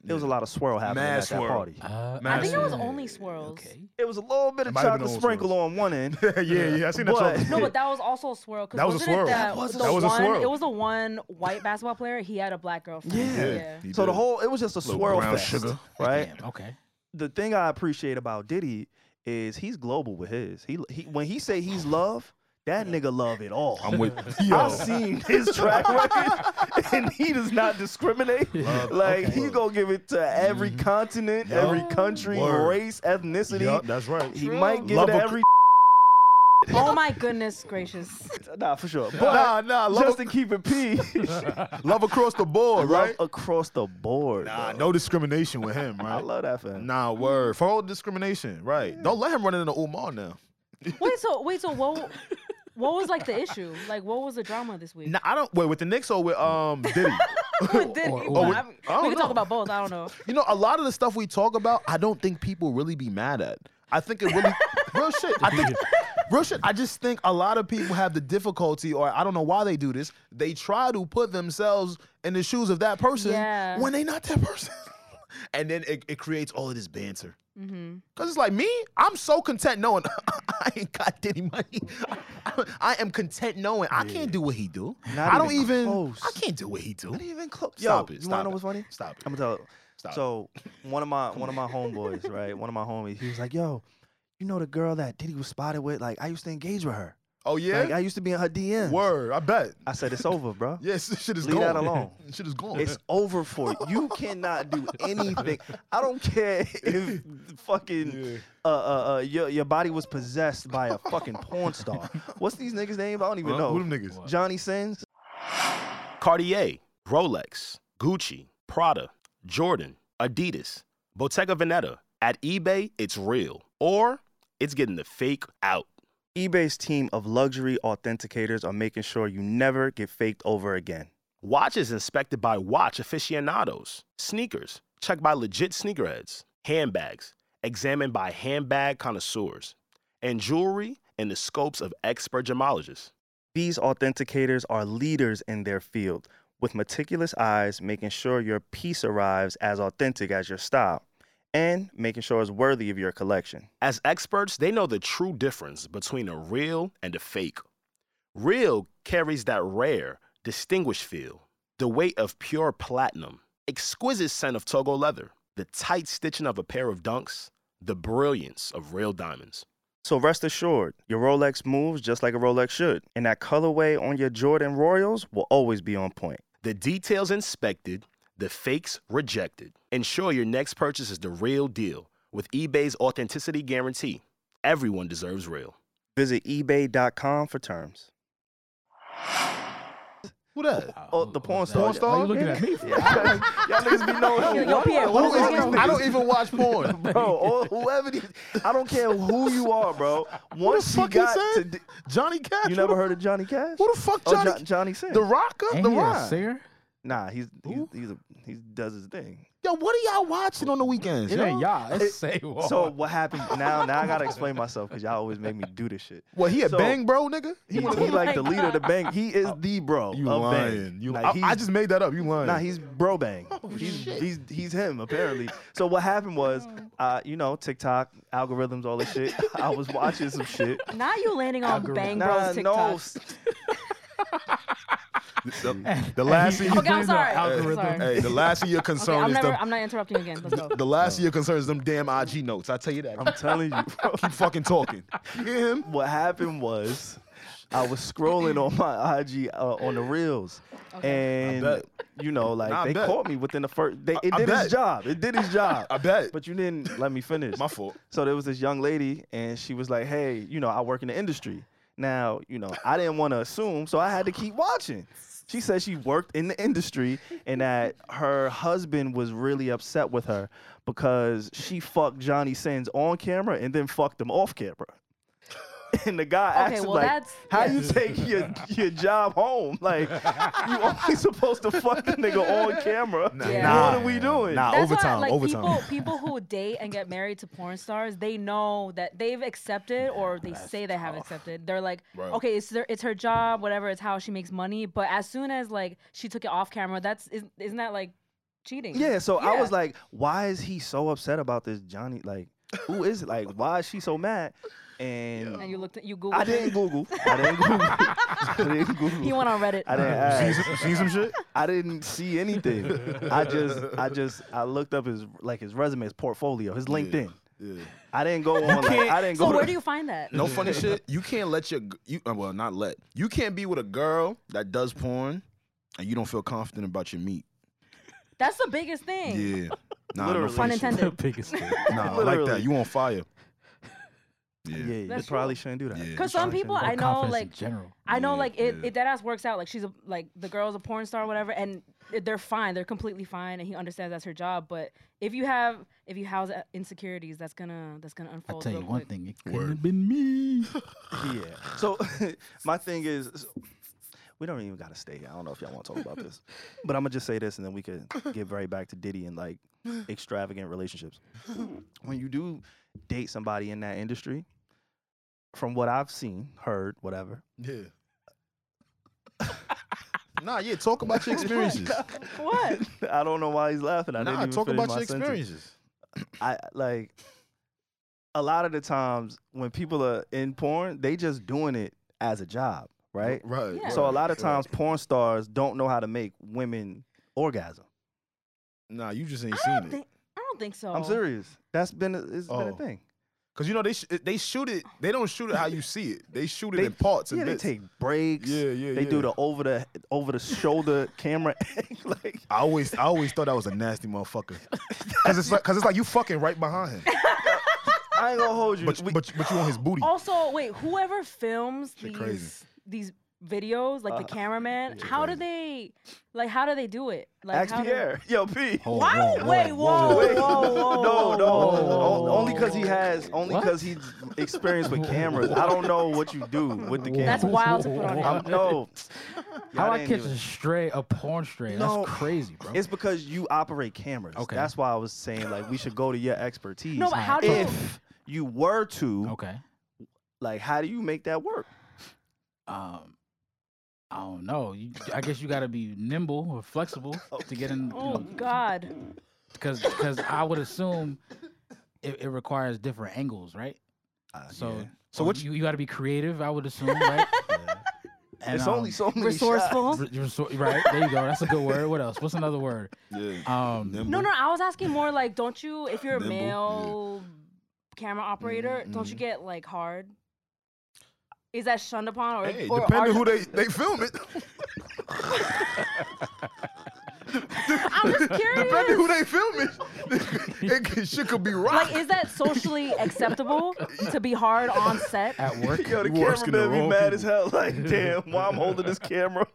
There was a lot of swirl happening Mad at swirl. that party. Uh, I think it was Massive. only swirls. Okay. It was a little bit of might have been chocolate all sprinkle on one <laughs> end. yeah, yeah, I seen that. But- chocolate. <laughs> No, but that was also a swirl. 'cause That was a wasn't it swirl. That, That was a the swirl. That was a one, swirl. It was the one white basketball player. He had a black girlfriend. Yeah. He so the did. whole it was just a Little swirl brown fest, sugar. right? Damn, okay. The thing I appreciate about Diddy is he's global with his. He, he when he say he's love, that nigga love it all. I'm <laughs> with I've seen <laughs> his track record, and he does not discriminate. Love, like okay. Mm-hmm. he gonna give it to every continent, Yup. every country, Word. race, ethnicity. Yup, that's right. He might give Love it a- to <laughs> every Oh my goodness gracious. nah for sure. But nah, nah, love, just to <laughs> keep it p, love across the board, right right? across the board. Nah, bro. no discrimination with him, uh, I right? love that fan. Nah, word. For all discrimination, right? Don't let him run into Umar now. Wait, so wait, so what? What was like the issue? Like, what was the drama this week? <laughs> Nah, I don't. Wait, with the Knicks or with um Diddy? With Diddy, or- but or- I'm- I don't we can know. talk about both. I don't know. You know, a lot of the stuff we talk about, I don't think people really be mad at. I think it <laughs> really real shit. I think real shit. I just think a lot of people have the difficulty, or I don't know why they do this. They try to put themselves in the shoes of that person Yeah. when they not that person, <laughs> and then it, it creates all of this banter. Mm-hmm. Cause it's like me, I'm so content knowing <laughs> I ain't got any money. <laughs> I, I am content knowing I can't do what he do. Not I don't even even. close. I can't do what he do. Not even close. Stop Yo, it, You stop wanna know it. what's <laughs> funny? Stop it. I'm gonna tell. Stop. So one of my one of my homeboys, right? One of my homies, he was like, "Yo, you know the girl that Diddy was spotted with? Like, I used to engage with her. oh Like, yeah. I used to be in her DMs. Word. I bet. I said, "It's over, <laughs> bro. Yes, this shit is Leave gone. that alone. <laughs> shit is gone. It's over for you. You cannot do anything. I don't care if fucking Yeah. uh, uh, uh, your your body was possessed by a fucking porn <laughs> star. What's these niggas' name? I don't even Huh? know. Who them niggas? What? Johnny Sins. Cartier, Rolex, Gucci, Prada, Jordan, Adidas, Bottega Veneta. At eBay, it's real. Or it's getting the fake out. eBay's team of luxury authenticators are making sure you never get faked over again. Watches inspected by watch aficionados. Sneakers, checked by legit sneakerheads. Handbags, examined by handbag connoisseurs. And jewelry in the scopes of expert gemologists. These authenticators are leaders in their field, with meticulous eyes making sure your piece arrives as authentic as your style and making sure it's worthy of your collection. As experts, they know the true difference between a real and a fake. Real carries that rare, distinguished feel, the weight of pure platinum, exquisite scent of Togo leather, the tight stitching of a pair of dunks, the brilliance of real diamonds. So rest assured, your Rolex moves just like a Rolex should, and that colorway on your Jordan Royals will always be on point. The details inspected, the fakes rejected. Ensure your next purchase is the real deal with eBay's authenticity guarantee. Everyone deserves real. Visit eBay.com for terms. Who that? Oh, the porn star. Porn Porn star? star? you looking at me? <laughs> for? <laughs> Y'all niggas be knowing. Yo, yo, Pierre, Who what is is this this? nigga? I don't even watch porn. <laughs> <laughs> bro, or whoever these, I don't care who you <laughs> are, bro. Once fuck he you got said? to, di- Johnny Cash. you who never the- heard of Johnny Cash? Who the fuck, Oh, Johnny? Jo- Johnny Sin. the Rocker, Ain't the he a Rock. singer? nah, he's he's Who? he's a, he does his thing. Yo, what are y'all watching on the weekends? It yo? ain't y'all. It's say So what happens now? Now I gotta explain myself because y'all always make me do this shit. What he a So- bang bro, nigga? He, one of he them? like the leader of the bang. He is the bro. Oh, You of lying? Bang. You, Like, I- I, he's- just made that Oh, up. You lying? Nah, he's bro bang. he's, he's he's him apparently. So what happened was, Oh. uh, you know, TikTok algorithms, all <laughs> this shit. I was watching some shit. Not you landing on Bang Nah, Bros no, TikTok. <laughs> the, the last of your- <laughs> Okay, I'm sorry. Hey, I'm sorry. Hey, the last of your Okay, concern I'm is never. the I'm not interrupting again. Let's go. the last of your concern is them damn IG notes. I tell you that. I'm telling you, bro. Keep fucking <laughs> talking. You hear him? what happened was I was scrolling on my IG uh, on the reels, and bet. you know, like Nah, I they bet. caught me within the first. They, it I did bet. its job. It did its job. <laughs> I bet. But you didn't let me finish. My fault. So there was this young lady, and she was like, "Hey, you know, I work in the industry. Now, you know, I didn't want to assume, so I had to keep watching." She said she worked in the industry and that her husband was really upset with her because she fucked Johnny Sins on camera and then fucked him off camera. <laughs> And the guy asked Okay, him well, like, that's- "How you take your your job home? Like, <laughs> you only supposed to fuck the nigga on camera? Yeah. What are we doing? Nah, That's overtime. why, like overtime. people, people who date and get married to porn stars, they know that they've accepted, or they say they have accepted. They're like, okay, it's their, it's her job, whatever. It's how she makes money. But as soon as like she took it off camera, that's isn't, isn't that like cheating? Yeah, so I was Yeah. like, why is he so upset about this Johnny? Like, who is it? Like, why is she so mad? And And you looked, at, you Googled. I <laughs> didn't it. Google. I didn't Google. I didn't He Google. went on Reddit. I <laughs> didn't ask. You see some shit? I didn't see anything. I just, I just, I looked up his like his resume, his portfolio, his LinkedIn. Yeah. I didn't go on. Like, I didn't so go. where to- do you find that? No funny shit. You can't let your g- you uh, well not let you can't be with a girl that does porn and you don't feel confident about your meat. That's the biggest thing. <laughs> Yeah, nah, no Literally. Pun funny shit. intended. biggest thing. Nah, I like that. Literally. You on fire. yeah, Yeah, you That's probably shouldn't do that. Yeah. Because some people I know, confidence in like general. I know, Yeah, like it, yeah. it that ass works out. Like she's a like the girl's a porn star, or whatever, and it- they're fine. They're completely fine, and he understands that's her job. But if you have if you house uh, insecurities, that's gonna that's gonna I unfold. tell you real one quick. thing, it couldn't have been me. Yeah. So <laughs> my thing is, s- we don't even gotta stay here. I don't know if y'all want to talk about this, but I'm gonna just say this, and then we could get right back to Diddy and like extravagant relationships. When you do date somebody in that industry, from what I've seen, heard, <laughs> whatever, Yeah. nah, yeah. Talk about <laughs> your <laughs> experiences. What? I don't know why he's laughing. Oh I didn't nah, even talk finish about my your sentence. experiences. I like a lot of the times when people are in porn, they just doing it as a job, right? Right. Yeah. So a right, lot of right. times, porn stars don't know how to make women orgasm. nah, you just ain't I seen don't it. think I don't think so. I'm serious. That's been a, it's been a Oh. thing. Cause you know they sh- they shoot it. They don't shoot it how you see it. They shoot it They- in parts. yeah, and they bits. take breaks. Yeah, yeah, They do yeah. the over the over <laughs> the shoulder camera. <laughs> like I always I always thought that was a nasty <laughs> motherfucker. Cause it's like, cause it's like you fucking right behind him. I ain't gonna hold you. But, We- Oh. but but you on his booty. Also, wait, whoever films Shit these crazy. these videos, like the cameraman, how do they like how do they do it? Like ask how do- Pierre. Yo, P. Whoa, Why? whoa, Wait, <laughs> <laughs> whoa, whoa, Wait. whoa, no, no. whoa, O- only because he whoa. has only What? because he's experienced with cameras. I don't know what you do with the camera. That's wild to put on I'm, him. <laughs> no. How Y'all I didn't catch even- a stray, a porn stray? No, That's crazy, bro. It's because you operate cameras. Okay. That's why I was saying like we should go to your expertise. No, but how do you? if you were to, Oh. okay. like, how do you make that work? Um, I don't know. You, I guess you got to be nimble or flexible to get in. Oh God. Because because I would assume it, it requires different angles, right? Ah, Uh, so So so what what you you got to be creative, I <laughs> would assume, right? And, it's only um, so many shots. <laughs> Resourceful. re- resor- right there you go. That's a good word. What else? What's another word? Yeah. Um, No, no, I was asking more like, don't you, if you're a Nimble, yeah. male camera operator, don't Mm-hmm. you get like hard? Is that shunned upon or, Hey, or depending are- who they, they <laughs> film it. <laughs> I'm just curious. <laughs> depending who they film <laughs> it, it could, shit could be rock. like, is that <laughs> socially acceptable to be hard on <laughs> set? at <laughs> work. Yo, the Works gonna cameraman be roll mad people. as hell. Like, damn, why I'm holding this camera?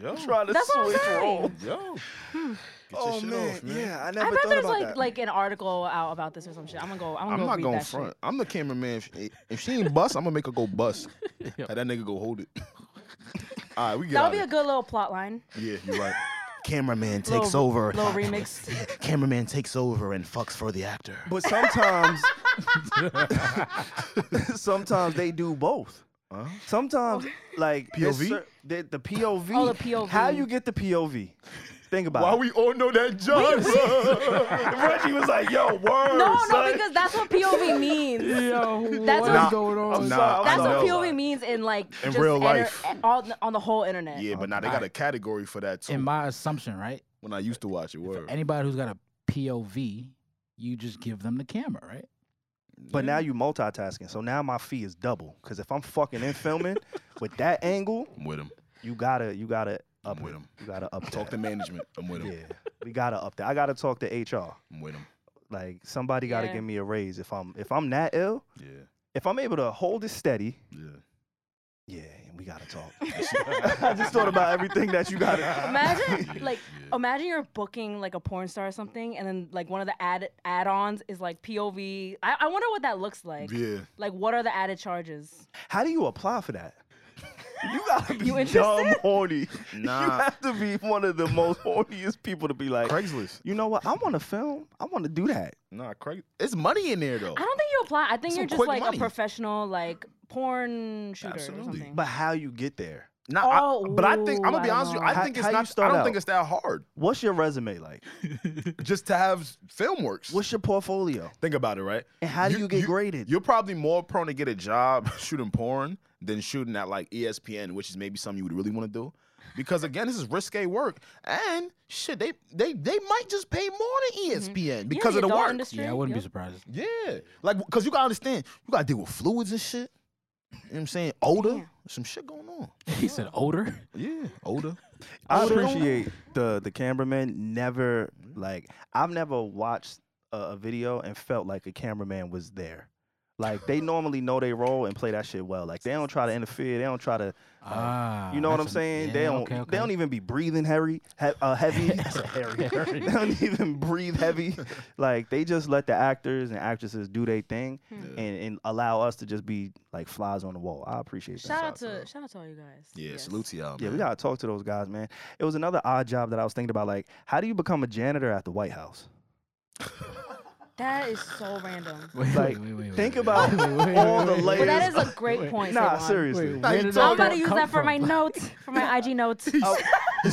yo, trying to That's what I'm switch saying. roles. yo. Get Hmm. your Oh shit man, off, man. yeah, I I never bet thought there's about like that. like an article out about this or some shit. I'm gonna go. I'm, I'm gonna not read going that front. Shit. I'm the cameraman. If, if she ain't bust, I'm gonna make her go bust. Have that nigga go hold it. All right, we get That out would be a of good little plot line. here. Yeah, you're right. Cameraman Little- takes over. Little <laughs> remix. Cameraman takes over and fucks for the actor. But sometimes, <laughs> sometimes they do both. Huh? Sometimes, like there's POV? cer- the, the POV. Oh, the POV. How you get the POV? Think about it. we all know that genre? <laughs> Reggie was like, "Yo, word." No, no, son. because that's what POV <laughs> means. Yo, what's That's what- Nah, going on? nah, That's I what know. POV means in like In just real enter- life. e- on, on the whole internet. Yeah, but now they got a category for that too. In my assumption, right? when I used to watch it, word. Anybody who's got a POV, you just give them the camera, right? But now you multitasking. So now my fee is double. Cause if I'm fucking and filming with that angle, I'm with him. you gotta you gotta up I'm with it. him. You gotta up Talk to that. management. I'm with him. Yeah, we gotta up that. I gotta talk to HR. I'm with him. Like somebody gotta Yeah. give me a raise if I'm if I'm that ill. Yeah, If I'm able to hold it steady, yeah. yeah, we gotta <laughs> talk. I just thought about everything that you <laughs> gotta. Imagine like <laughs> yeah. imagine you're booking like a porn star or something, and then like one of the add add-ons is like POV. I, I wonder what that looks like. Yeah. Like what are the added charges? How do you apply for that? You gotta be You dumb interested? horny. <laughs> You Nah. have to be one of the most horniest people to be like. Craigslist. You know what? I want to film. I want to do that. Nah, Craig. It's money in there though. I don't think you apply. I think Some you're just quick like money. a professional like porn shooter Absolutely. or something. But how you get there? Nah, I- Oh, but I think I'm gonna be ooh, I honest with you. know. I think How- it's how you not. I start don't out? think it's that hard. What's your resume like? Just to have film works. What's your portfolio? think about it, right? And how do you get graded? You're probably more prone to get a job <laughs> shooting porn than shooting at like E ESPN, which is maybe something you would really want to do. Because again, this is risque work, and shit, they they they might just pay Mm-hmm. more than E ESPN Yeah, because the of the adult work. Industry, Yeah, I wouldn't yep. be surprised. Yeah, like because you gotta understand, you gotta deal with fluids and shit. You know what I'm saying? Odor, Damn. some shit going on. <laughs> He said <laughs> odor. Yeah, odor. I Odor. appreciate the the cameraman never like I've never watched a, a video and felt like a cameraman was there. Like they normally know their role and play that shit well. Like they don't try to interfere. They don't try to, Ah, you know what I'm that's a- saying? yeah, they don't. okay, okay. They don't even be breathing hairy, he, uh, <laughs> heavy. <laughs> they don't even breathe heavy. Like they just let the actors and actresses do their thing Hmm. and, and allow us to just be like flies on the wall. I appreciate that. Shout out to shout out to all you guys. Yeah, Yes. salute to y'all. Yeah, we man. gotta talk to those guys, man. It was another odd job that I was thinking about. Like, how do you become a janitor at the White House? That is so <laughs> random. Wait, wait, Like, wait, wait, think wait, about wait, <laughs> wait, wait, all wait, the wait, layers. But that is of- a great point. nah, Saban. seriously. Wait, How where you did talking? all I'm about to use come that for <laughs> my from? notes, for my <laughs> IG notes. He's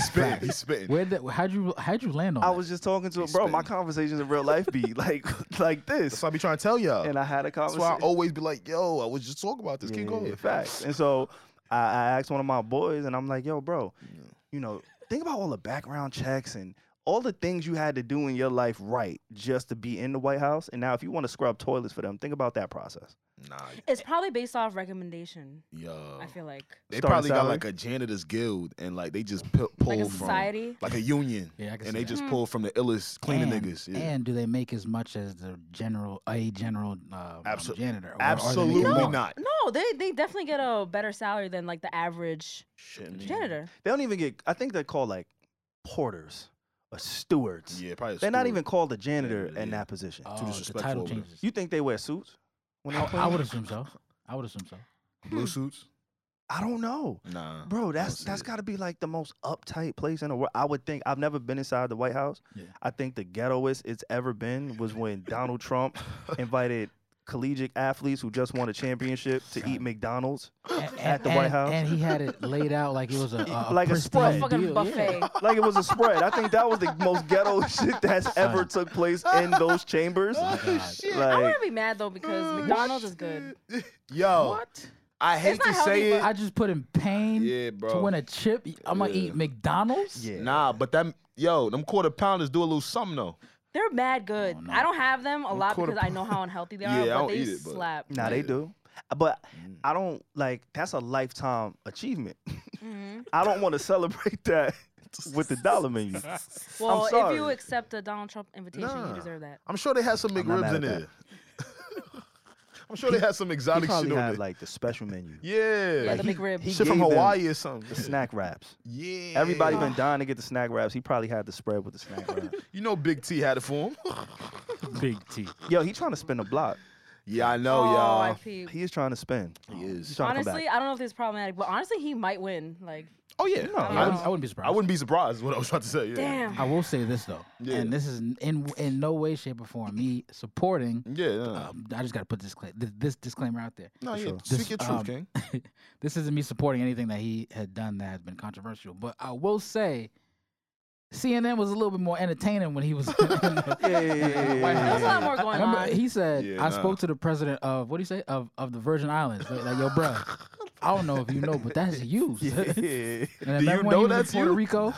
<laughs> spitting. He's spitting. Where did how'd you how'd you land on? I Oh, that? was just talking to a bro. My conversations in real life <laughs> be like, like That's this, what I be trying to tell y'all. and I had a That's why I conversation. always be like, yo, I was just talking about this. Yeah, Keep going. yeah, Facts. And so I, I asked one of my boys, and I'm like, yo, bro, Yeah. you know, think about all the background checks and all the things you had to do in your life right just to be in the White House. And now, if you want to scrub toilets for them, think about that process. Nah, It's probably based off recommendation. yo. I feel like They Starting probably got salary? like a janitor's guild and like they just pu- pull like a from society. like a union. Yeah, I can and see they that. just pull from the illest cleaning and, niggas. Yeah. And do they make as much as the general a general uh, um, Absol- janitor? or are they making Absolutely more? not. No, they they definitely get a better salary than like the average Shit, janitor. They don't even get. I think they're called like porters or stewards. Yeah, probably. a They're not steward. even called a janitor Yeah, in yeah. that position. Oh, the disrespectful title over there. changes. You think they wear suits? When they I, clean? I would assume so. I would <laughs> assume so. blue suits. I don't know, Nah, bro. That's see that's it. got to be like the most uptight place in the world. I would think. I've never been inside the White House. Yeah. I think the ghettoest it's ever been was when Donald Trump invited collegiate athletes who just won a championship to eat McDonald's. And, At the and- White House? and he had it laid out like it <laughs> was a, a Like a pristine spread. Fucking deal, yeah. <laughs> buffet. like it was a spread. I think that was the most ghetto shit that's ever took place in those <laughs> chambers. Oh, I Like, wouldn't be mad though because McDonald's is good. <laughs> Yo, What? I hate not to healthy, say but it. I just put in pain yeah, bro. to win a chip. I'm gonna Yeah. eat McDonald's. yeah. Nah, but that yo, them quarter pounders do a little something though. They're mad good. Oh, no. I don't have them a Well, lot quarter because I pound- know how unhealthy they <laughs> Yeah, are, I but don't they eat it, but- <laughs> slap. Nah, they Yeah. do. But Mm. I don't like that's a lifetime achievement. hmm I don't want to celebrate <laughs> that with the dollar menu. Well, if you sorry. accept the Donald Trump invitation, Nah. you deserve that. I'm sure they had some I'm not McRibs mad in at there. <laughs> I'm sure they had some He exotic shit probably on had it. like the special menu, yeah. Yeah, Like, the he- McRib. he shit from gave them Hawaii or something. the snack wraps. <laughs> Yeah. Everybody been dying to get the snack wraps. He probably had the spread with the <laughs> snack wraps. You know Big T had it for him. <laughs> Big T. Yo, he trying to spin a block. yeah, Oh, I know, y'all. RIP. He is trying to spin. He He's is. trying to come Honestly, back. I don't know if this is problematic, but honestly, he might win. Like, Oh yeah. No, I I, wouldn't, wouldn't, I wouldn't be surprised. I wouldn't be surprised. Is what I was about to say. Yeah. damn. I will say this though, Yeah. and this is n- in in no way, shape, or form me supporting. Yeah. No, no. Um, I just got to put this, cla- th- this disclaimer out there. no yeah. sure. Speak This, your truth, um, King. this isn't me supporting anything that he had done that has been controversial, but I will say CNN was a little bit more entertaining when he was. <laughs> in the- Yeah, yeah, yeah, in the yeah, White yeah, House. There's a lot more I- I going remember on. He said, Yeah, "I nah. spoke to the president of what do you say of of the Virgin Islands." Like, like, yo, bro, <laughs> I don't know if you know, but that's you. Yeah. <laughs> <laughs> And Do remember you when know he was in that's Puerto you? Rico?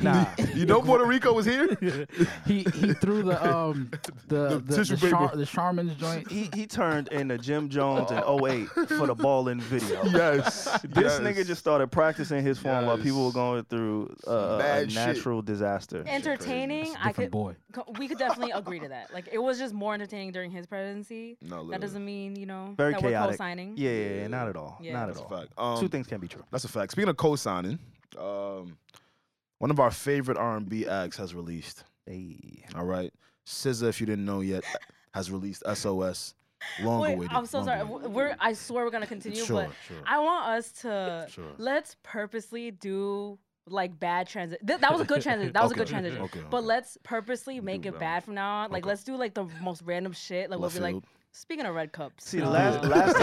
Nah. <laughs> You know Puerto Rico was here. <laughs> he he threw the <laughs> um the the, The the, tissue paper. Char- the Charmin's <laughs> joint. He he turned into Jim Jones in 08 for the ball in video. <laughs> <laughs> yes. This yes. nigga just started practicing his form while people were Yes. going through uh, a Bad shit. natural disaster. Entertaining, I Different could. boy. co- We could definitely agree to that. Like, it was just more entertaining during his presidency. No, literally. That doesn't mean you know Very that we're chaotic. co-signing. Yeah, yeah, yeah, not at all. Yeah. Not at That's a all. fact. Um, Two things can be true. That's a fact. Speaking of co-signing, um, one of our favorite R&B acts has released. Hey. All right, SZA, if you didn't know yet, has released SOS. Long Wait, awaited. I'm so long sorry. awaited. W- We're. I swear we're gonna continue, Sure, but sure. I want us to Sure. let's purposely do like bad transit. Th- that was a good transit. That was a good <laughs> Okay, transition. okay, But okay. let's purposely make do it that bad from now on. Like Okay. let's do like the most random shit. Like Left we'll be like, field. speaking of red cups. <laughs> See, the uh, last last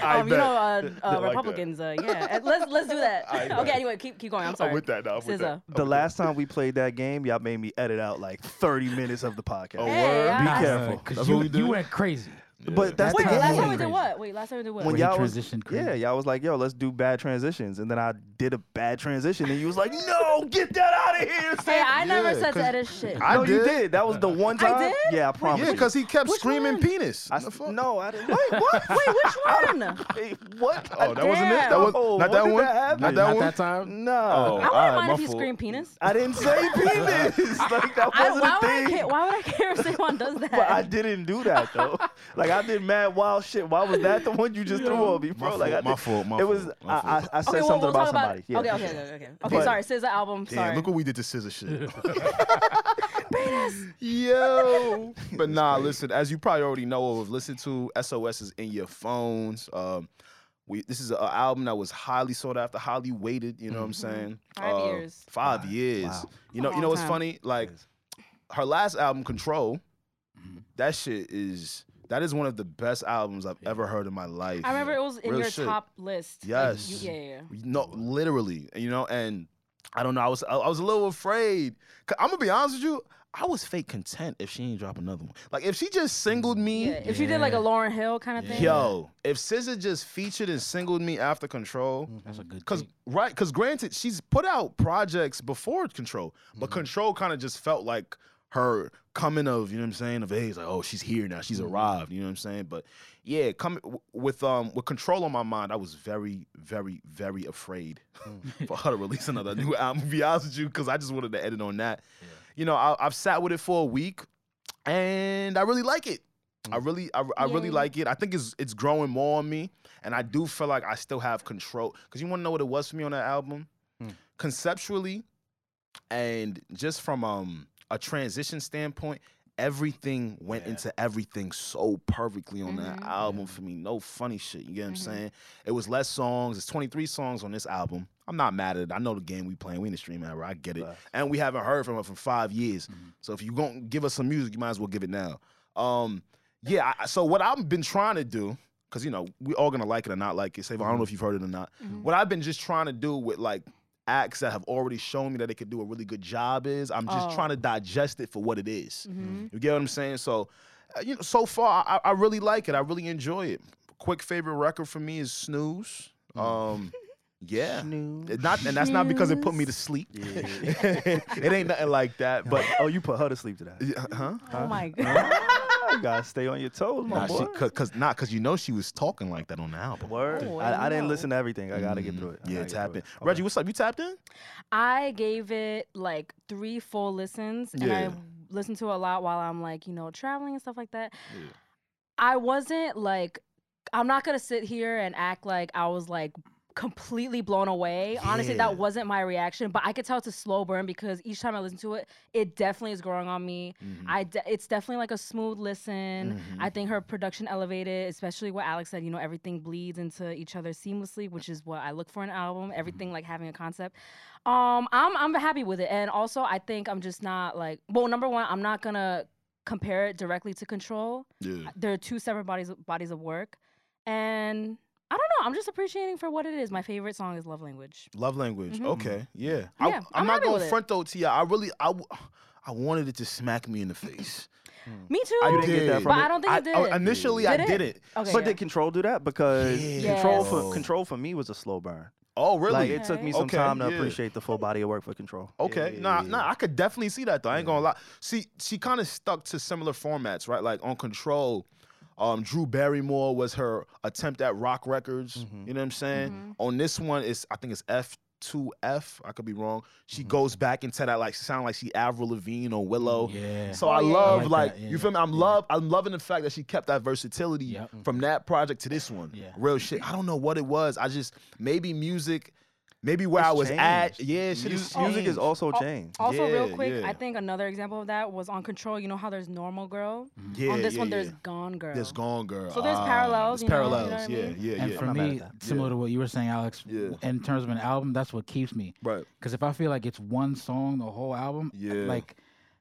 <laughs> time um, you know, uh, I uh, like that. Republicans. uh, yeah, And let's let's do that. I okay, bet. anyway, keep keep going. I'm sorry. I'm with that now. I'm with that. SZA. the last time we played that game, y'all made me edit out like 30 minutes of the podcast. Oh, Hey, Be I- careful. because That's you what we do. you went crazy. But that's Wait, the That's thing. last how time we did crazy. what? Wait, last time we did what? When When y'all he was- transitioned crazy. Yeah, y'all was like, yo, let's do bad transitions. And then I did a bad transition. And you was like, no, get that out of here. Hey, I never Yeah, said to 'cause edit shit. I no, you did. did. That was the one time. did? Yeah, I promise. Yeah, you. because he kept Which screaming one? penis. I The s- fuck? no, I didn't. Wait, what? Wait, which one? Hey, what? Oh, that wasn't it. Damn. That was Oh, when not that did one. that happen? not that Not one. Oh. that time. No. I alright, wouldn't mind my if you fault. screamed penis. I didn't say <laughs> penis. like, that I, wasn't a why, would I thing. care, why would I care if someone does that? But I didn't do that though. <laughs> like I did mad wild shit. Why was that the one you just threw on me, My bro? like I fault, my did- fault, my It was. fault, my I, I, fault. I said Okay, well, something we'll about talk about somebody. it. yeah. Okay, okay, okay, okay. Okay, But- sorry. SZA album. Damn, sorry. look what we did to <laughs> <laughs> Scissor shit. <laughs> Yo. But nah, listen, as you probably already know or have listened to, SOS is in your phones. Um, we this is an album that was highly sought after, highly weighted, you know what I'm saying? Five Uh, years. Five Mm-hmm. Wow. years. Wow. You know, A you know long what's time. funny? Like Yes. Mm-hmm. her last album, Control, Mhm. that shit is that is one of the best albums I've ever heard in my life. I remember it was in Real your shit. top list. Like, Yes. you- yeah, yeah, yeah. No, literally, you know, and I don't know. I was I, I was a little afraid. i I'm gonna be honest with you. I was fake content if she ain't drop another one. Like if she just singled me, Yeah, If you did like a Yeah. Lauren Hill kind of thing. yo, if SZA just featured and singled me after Control, That's a Mm-hmm. good. cause tape. right, cause granted, she's put out projects before Control, but Control kind of just felt like her coming of you know what I'm saying of age. Like oh, she's here now, she's arrived. You know what I'm saying, but yeah, coming w- with um with Control on my mind, I was very, very, very afraid. <laughs> for her to release another new album. To be honest with you, because I just wanted to edit on that. You know, I, I've sat with it for a week, and I really like it. I really, I, I really Yay. like it. I think it's it's growing more on me, and I do feel like I still have control. Because you want to know what it was for me on that album, Mm. conceptually, and just from um a transition standpoint. Everything went into everything so perfectly on that Mhm. album for me. No funny shit. You get what Mhm. I'm saying? It was less songs. It's 23 songs on this album. I'm not mad at it. I know the game we playing. We in the stream era. I get it. Facts. And we haven't heard from her for five years. Mhm. So if you gonna give us some music, you might as well give it now. Um, yeah. I, so what I've been trying to do, because you know we all gonna like it or not like it. Save. I don't know if you've heard it or not. Mhm. What I've been just trying to do with like acts that have already shown me that they could do a really good job is I'm just Oh. trying to digest it for what it is. Mhm. You get what I'm saying? So, uh, you know, so far I, I really like it. I really enjoy it. Quick favorite record for me is Snooze. Um, Yeah. It Not and that's not because it put me to sleep. <laughs> Yeah. it ain't nothing like that. But but oh, you put her to sleep <laughs> today. Yeah, huh? Oh my god. Ah, you gotta stay on your toes, my Nah, boy. she, cause, cause not cause you know she was talking like that on the album. Word. Oh, I I, I didn't know. listen to everything. I gotta get Mhm. through it. I Yeah, gotta get tap through in. it. Okay. Reggie, what's up? You tapped in? I gave it like three full listens, and I Yeah. listen to it a lot while I'm like, you know, traveling and stuff like that. I wasn't like, I'm not gonna sit here and act like I was like completely blown away. Honestly, Yeah. that wasn't my reaction, but I could tell it's a slow burn because each time I listen to it, it definitely is growing on me. I de- it's definitely like a smooth listen. I think her production elevated, especially what Alex said. You know, everything bleeds into each other seamlessly, which is what I look for in an album. Everything like having a concept. Um, I'm I'm happy with it, and also I think I'm just not like well, number one, I'm not gonna compare it directly to Control. Yeah. There are two separate bodies bodies of work, and I don't know. I'm just appreciating for what it is. My favorite song is Love Language. Love language. Mhm. Okay. Yeah. Yeah, I, am I'm not happy going with to it. front though, Ti. I really I w- I wanted it to smack me in the face. Me too. I You didn't get that did. from But it? oh, I don't think I, it did. I- initially I Did it? did it. okay, But yeah. did control do that? Because Yeah. control Yes. for control for me was a slow burn. Oh, really? Like it took me some Okay, time to yeah. appreciate the full body of work for control. Okay, nah, nah, I could definitely see that though. I ain't gonna lie. See, she kind of stuck to similar formats, right? Like on Control, um, Drew Barrymore was her attempt at rock records. Mhm. Mm-hmm. You know what I'm saying? Mm-hmm. On this one, it's I think it's F. 2F, I could be wrong. She Mm-hmm. goes back into that like sound like she Avril Lavigne or Willow. Yeah. So Oh, I yeah, yeah, love yeah. like, Like that, yeah, you feel me? I'm yeah. love I'm loving the fact that she kept that versatility Yep. from that project to this one. Yeah. Real shit. I don't know what it was. I just maybe music, maybe where It's I was at. changed. Yeah, shit Mu- is music is changed. Oh, also changed. Also, Yeah, real quick, yeah. I think another example of that was on Control. You know how there's Normal Girl. Yeah, on this yeah, one, yeah. there's Gone Girl. There's Gone Girl. So there's Ah, parallels, There's you know, you know parallels. what I mean? Yeah, yeah, And yeah. for I'm not mad me, at that. similar Yeah. to what you were saying, Alex, Yeah. in terms of an album, that's what keeps me. right. Because if I feel like it's one song, the whole album, Yeah. like,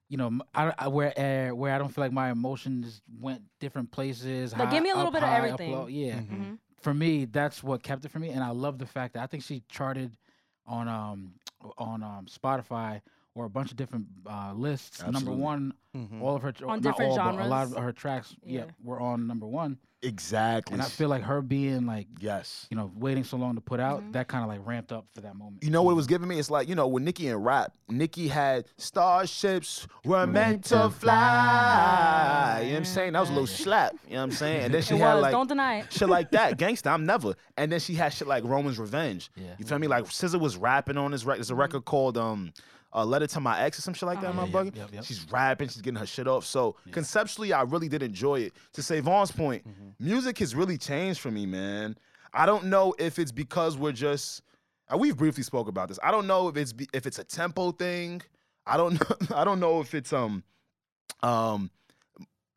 you know, m- I, I- where uh, where I don't feel like my emotions went different places. Like, give me a little up bit of high, up everything. low, Yeah, Mm-hmm. Mhm. for me, that's what kept it for me, and I love the fact that I think she charted on um on um Spotify or a bunch of different uh, lists. Absolutely. Number one, Mm-hmm. Mhm. all of her tr- On not different all, but a lot genres. of her tracks, yeah. Yeah. were on number one, Exactly. and I feel like her being like yes. you know, waiting so long to put out, Mm-hmm. that kind of like ramped up for that moment. You know what it was giving me? It's like, you know, when Nikki and rap, Nikki had starships were meant to fly. You know what I'm saying? That was a little slap. You know what I'm saying? And then <laughs> she It had was. like don't deny it. <laughs> shit like that, gangsta. I'm never. And then she had shit like Roman's Revenge. Yeah. You feel me? Like SZA was rapping on this record. There's a record called um, "A Letter to My Ex" or some shit like that. my yeah, bugging. yep, yep. She's rapping. She's getting her shit off. So conceptually, I really did enjoy it. To Savon's point, Mm-hmm. music has really changed for me, man. I don't know if it's because we're just. And we've briefly spoke about this. I don't know if it's be, if it's a tempo thing. I don't <laughs> know. I don't know if it's um um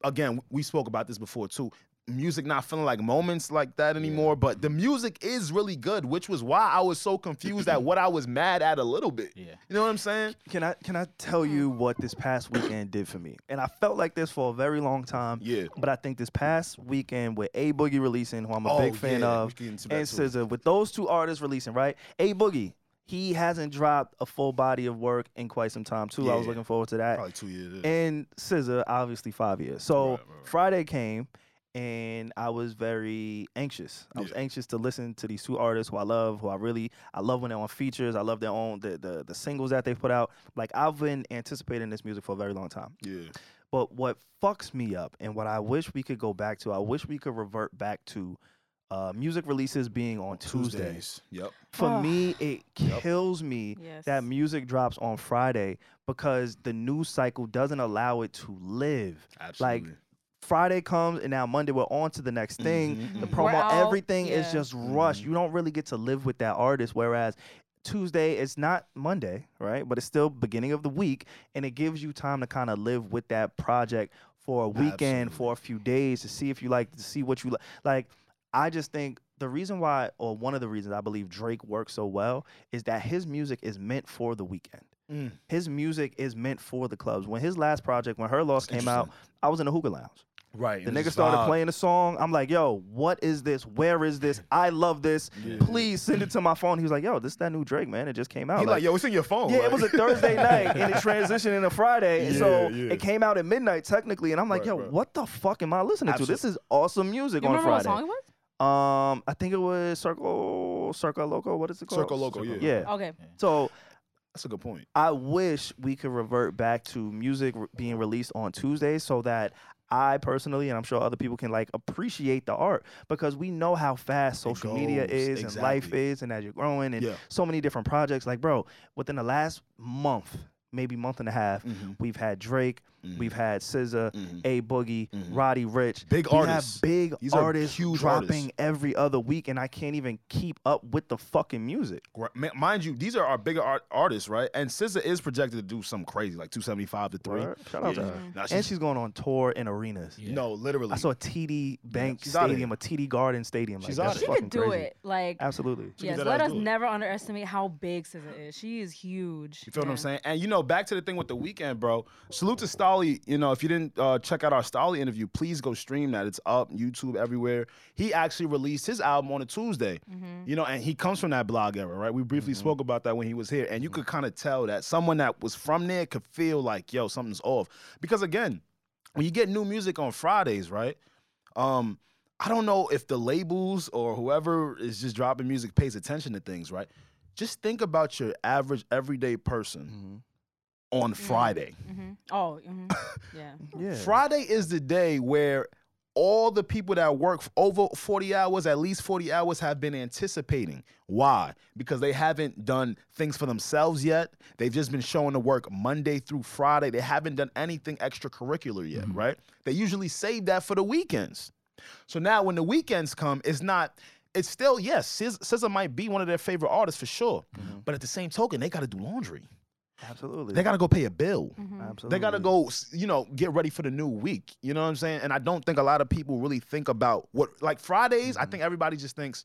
again we spoke about this before too music not feeling like moments like that anymore but the music is really good which was why i was so confused at what i was mad at a little bit Yeah. you know what i'm <laughs> saying Can I can I tell you what this past weekend did for me? And I felt like this for a very long time. Yeah. But I think this past weekend with A Boogie releasing, who I'm a Oh, big fan yeah, we of, can get into that and too. SZA, with those two artists releasing, right? A Boogie, he hasn't dropped a full body of work in quite some time too. I was Yeah. looking forward to that. probably two years yeah. and Scissor, obviously five years. So Friday came, and I was very anxious. I was Yeah. anxious to listen to these two artists who I love, who I really I love when they're on features. I love their own the the, the singles that they put out. Like I've been anticipating this music for a very long time. yeah But what fucks me up, and what I wish we could go back to, I wish we could revert back to. Uh, music releases being on Tuesdays. yep For Ugh. <sighs> me, it kills me Yes. that music drops on Friday because the news cycle doesn't allow it to live. absolutely Like Friday comes and now Monday we're on to the next Mm-hmm. thing. The mhm. We're promo, out, everything is yeah. just rushed. You don't really get to live with that artist. Whereas Tuesday, it's not Monday, right? But it's still beginning of the week, and it gives you time to kind of live with that project for a weekend, Absolutely. for a few days to see if you like to see what you like. Like, I just think the reason why, or one of the reasons I believe Drake works so well is that his music is meant for the weekend. Mm. His music is meant for the clubs. When his last project, when Her Loss came out, I was in the hookah lounge. right The and nigga it's started vibe. playing the song. I'm like, yo, what is this? Where is <laughs> this? I love this. Please send it to my phone. He was like, yo, this is that new Drake, man. It just came out. he like yo it's in your phone yeah, like- <laughs> it was a Thursday night and it transitioned into Friday. And so Yeah, yeah. it came out at midnight technically. And I'm like, Right, yo, right. what the fuck am I listening Absolute- to? This is awesome music You on remember Friday. what song it was? Um, I think it was Circle Loco, Circa Loco, what is it called? Circo Loco, yeah. Yeah. Okay. So That's a good point. I wish we could revert back to music re- being released on Tuesdays so that I personally, and I'm sure other people can like appreciate the art because we know how fast social media goes, is and life exactly. is, and as you're growing, and Yeah. so many different projects. Like, bro, within the last month, maybe month and a half, Mhm. we've had Drake, mm-hmm, we've had SZA, Mhm. A Boogie, Mhm. Roddy Rich, Big we artists. have big These are artists huge dropping artists. every other week, and I can't even keep up with the fucking music. Gra- ma- Mind you, these are our bigger art- artists, right? And SZA is projected to do something crazy, like 275 to 3. Word? Shout out to Yeah. her. Nah, she's- And she's going on tour in arenas. Yeah. No, literally. I saw a TD Bank she's outta Stadium, a TD Garden Stadium. She's like, outta that's She fucking could do crazy. it. Like, Absolutely. She can yes, dead let ass us do it. never underestimate how big SZA is. She is huge. You feel what Yeah. I'm saying? And you know, back to the thing with the weekend, bro. Salute to Stolly. You know, if you didn't uh, check out our Stolly interview, please go stream that. It's up YouTube everywhere. He actually released his album on a Tuesday. Mm-hmm. You know, and he comes from that blog era, right? We briefly spoke about that when he was here, and you could kind of tell that someone that was from there could feel like, yo, something's off. Because again, when you get new music on Fridays, right? Um, I don't know if the labels or whoever is just dropping music pays attention to things, right? Just think about your average everyday person on Friday. Mhm. Oh, <laughs> hmm yeah. Yeah. Friday is the day where all the people that work f- over 40 hours, at least 40 hours, have been anticipating. Why? Because they haven't done things for themselves yet. They've just been showing to work Monday through Friday. They haven't done anything extracurricular yet, right? They usually save that for the weekends. So now when the weekends come, it's not. It's still yes, Sis- SZA might be one of their favorite artists for sure, but at the same token, they got to do laundry. Absolutely. They got to go pay a bill. Absolutely. They got to go, s- you know, get ready for the new week. You know what I'm saying? And I don't think a lot of people really think about what, like Fridays, I Mm-hmm. think everybody just thinks,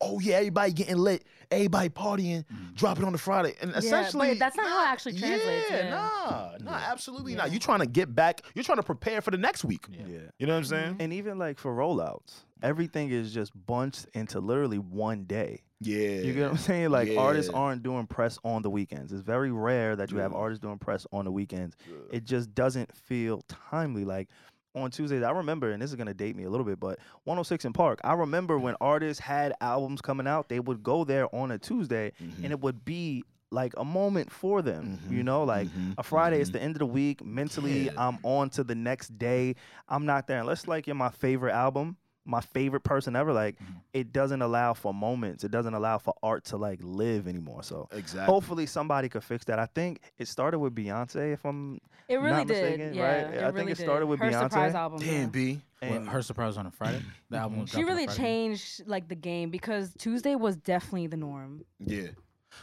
oh, yeah, everybody getting lit, everybody partying, Mm-hmm. drop it on the Friday. And but essentially, that's not how it actually translates, Yeah, yeah. nah, Mm-hmm. nah, absolutely not. You're trying to get back, you're trying to prepare for the next week. Yeah. You know what I'm Mm-hmm. saying? And even like for rollouts, everything is just bunched into literally one day. Yeah. Mm-hmm. You get what I'm saying? Like artists Yeah. aren't doing press on the weekends. It's very rare that you have artists doing press on the weekends. It just doesn't feel timely. Like on Tuesdays, I remember, and this is gonna date me a little bit, but 106 in Park. I remember when artists had albums coming out, they would go there on a Tuesday, Mm-hmm. and it would be like a moment for them. You know, like Mm-hmm. a Friday, it's the end of the week. Mentally, I'm on to the next day. I'm not there unless like you're my favorite album my favorite person ever. Like Mm-hmm. it doesn't allow for moments. It doesn't allow for art to like live anymore. So Exactly. hopefully somebody could fix that. I think it started with Beyonce, if I'm It really not did. mistaken, yeah, right? it I think really it started did. with her surprise Beyonce. album. yeah. Damn, B. Well, and her surprise on a Friday. <clears throat> The album was She dropped on a really Friday. changed like the game because Tuesday was definitely the norm. Yeah.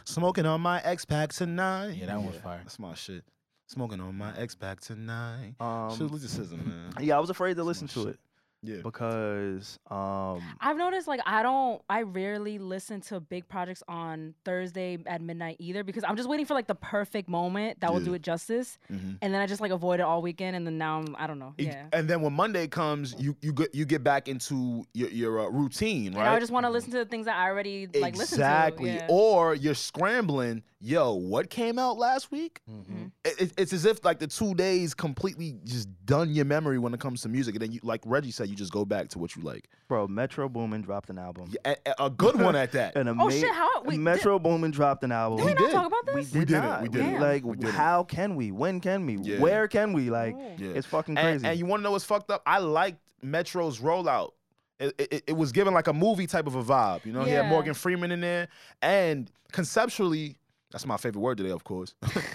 Smoking on my X Pack tonight. Yeah, that one was fire. <clears throat> That's my shit. Smoking on my X Pack tonight. um, Shoot, look at SZA, man. Oh, yeah, I was afraid to listen shit. to it Yeah. because um I've noticed like I don't I rarely listen to big projects on Thursday at midnight either because I'm just waiting for like the perfect moment that will Yeah. do it justice and then I just like avoid it all weekend and then now I'm I don't know. It- Yeah. Mm-hmm. And then when Monday comes, you you get you get back into your your uh, routine, And I right? just want to listen to the things that I already like exactly. listen to. Yeah. Or you're scrambling. Yo, what came out last week? mm-hmm. It, it- it's as if like the two days completely just done your memory when it comes to music, and then you like Reggie said, you just go back to what you like. bro, Metro Boomin dropped an album. Yeah, a- a, a good one at <laughs> that. An Oh, shit, ama- how- wait, did- Metro Boomin dropped an album. Did we We not did. talk about this? We did, didn't, not. we didn't, Like, we didn't. how can we? When can we? Yeah. Where can we? Oh. Like, Yeah. it's fucking crazy. and, and you want to know what's fucked up? I liked Metro's rollout. It, it, it was given like a movie type of a vibe. You know, he had Yeah. Morgan Freeman in there, and conceptually, that's my favorite word today, of course. <laughs>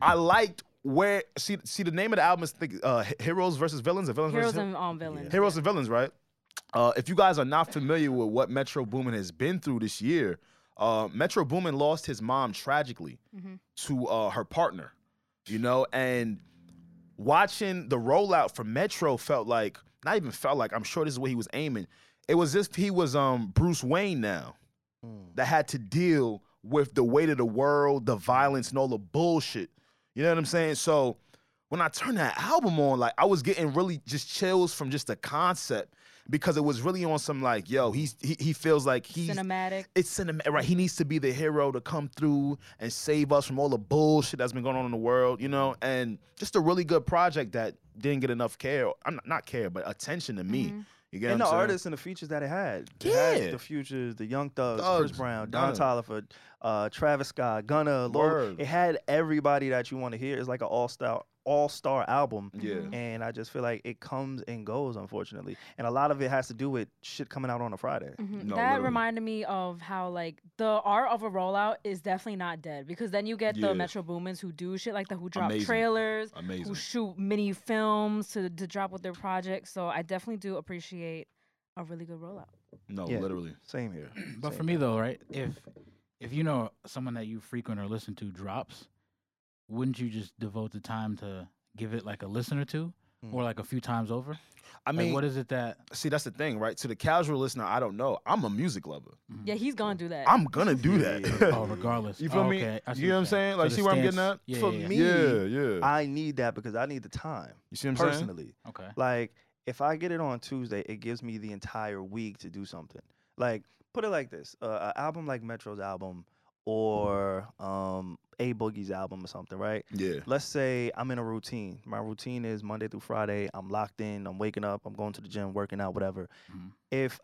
I liked where see see the name of the album is think, uh, Heroes versus Villains or Villains Heroes versus and um, villains. Heroes and Villains, right? Uh, if you guys are not familiar with what Metro Boomin has been through this year, uh, Metro Boomin lost his mom tragically to uh, her partner, you know, and watching the rollout for Metro felt like not even felt like I'm sure this is what he was aiming. It was as if he was um Bruce Wayne now Hmm. that had to deal with the weight of the world, the violence, and all the bullshit. You know what I'm saying? So when I turned that album on, like I was getting really just chills from just the concept because it was really on some like, yo, he's he, he feels like he's Cinematic. it's cinematic, right? He needs to be the hero to come through and save us from all the bullshit that's been going on in the world, you know? Mm-hmm. And just a really good project that didn't get enough care. I'm not, not care, but attention to me. You get and the what I'm saying? artists and the features that it had. It had Yeah. the futures, the Young Thugs, Thugs, Chris Brown, Don Gunna. Toliver, uh, Travis Scott, Gunna, Lil. Word. It had everybody that you want to hear. It's like an all star all star album. Mm-hmm. Yeah. And I just feel like it comes and goes, unfortunately. And a lot of it has to do with shit coming out on a Friday. Mhm. Mm-hmm. No, that literally. reminded me of how like the art of a rollout is definitely not dead because then you get Yeah. the Metro Boomins who do shit like that, who drop Amazing. trailers, who Amazing. shoot mini films to, to drop with their projects. So I definitely do appreciate a really good rollout. Mm-hmm. No, Yeah. literally. Same here. But Same for me though, right? If if you know someone that you frequent or listen to drops, wouldn't you just devote the time to give it like a listen or two, or like a few times over? Hmm. I like, mean, what is it that? see, that's the thing, right? To the casual listener, I don't know. I'm a music lover. Yeah, <laughs> he's gonna do that. I'm gonna do that. mm-hmm. <laughs> Oh, regardless. You feel Oh, me? okay. I see You know what I'm you're saying? So Like, the see where I'm getting stance- at? Yeah, For yeah, yeah. me, yeah, yeah. I need that because I need the time you see what I'm saying? personally. Okay. Like if I get it on Tuesday, it gives me the entire week to do something. Like put it like this: uh, an album like Metro's album or um, a Boogie's album or something, right? Yeah. Let's say I'm in a routine. My routine is Monday through Friday. I'm locked in. I'm waking up. I'm going to the gym, working out, whatever. Mhm. If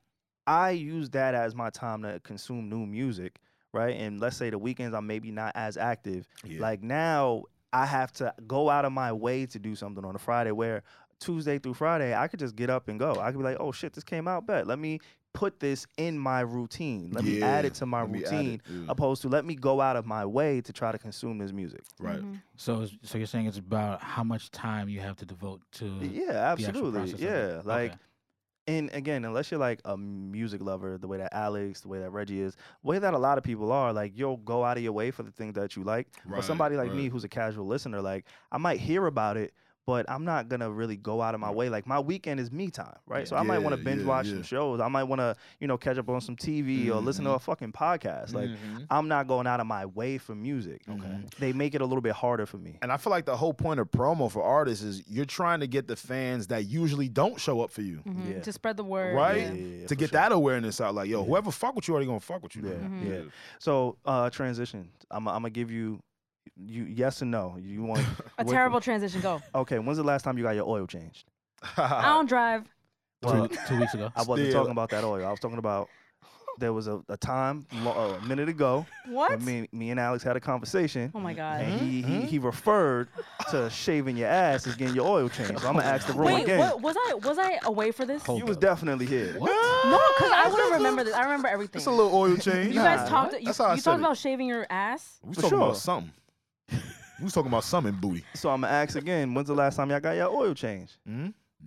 I use that as my time to consume new music, right? And let's say the weekends I'm maybe not as active. Yeah. Like now I have to go out of my way to do something on a Friday where Tuesday through Friday I could just get up and go. I could be like, oh shit, this came out bet. Let me put this in my routine. Let me add Yeah. it to my Let me add it. Mm. routine. Yeah. Opposed to let me go out of my way to try to consume this music. Right. Mhm. So it's- so you're saying it's about how much time you have to devote to. Yeah, Mm. the actual process absolutely. of it. Yeah. Like Okay. and again, unless you're like a music lover, the way that Alex, the way that Reggie is, the way that a lot of people are, like you'll go out of your way for the things that you like. But Right, somebody like right. me who's a casual listener, like I might hear about it, but I'm not gonna really go out of my way. Like my weekend is me time, right? So I might want to Yeah, binge yeah, watch yeah. some shows. I might want to, you know, catch up on some TV or listen to a fucking podcast. Like Mm-hmm. I'm not going out of my way for music. Okay, they make it a little bit harder for me. And I feel like the whole point of promo for artists is you're trying to get the fans that usually don't show up for you, Mhm. Yeah. To spread the word. right? yeah. to for get sure. that awareness out. Like, yo, whoever fuck with you already gonna fuck with you. Yeah, Mhm. <laughs> yeah. So uh transition. I'm I'm gonna give you you yes and no. You <laughs> want A what- terrible transition. Go. Okay, when's the last time you got your oil changed? I don't drive. Well, two, two weeks ago. I wasn't Still. talking about that oil. I was talking about there was a, a time lo- uh, a minute ago What? when me me and Alex had a conversation. Oh my god. And he, Mm-hmm. he, he referred to shaving your ass as getting your oil changed. So I'm gonna ask the room Wait, again. what, was I was I away for this? Oh You was definitely here. No, <laughs> because I wouldn't remember this. I remember everything. It's a little oil change. You guys Nah, talked. You, you That's how I talked said it. about shaving your ass. we For talking sure. about something. we was talking about something booty. So I'm gonna ask again. When's the last time y'all got your oil changed?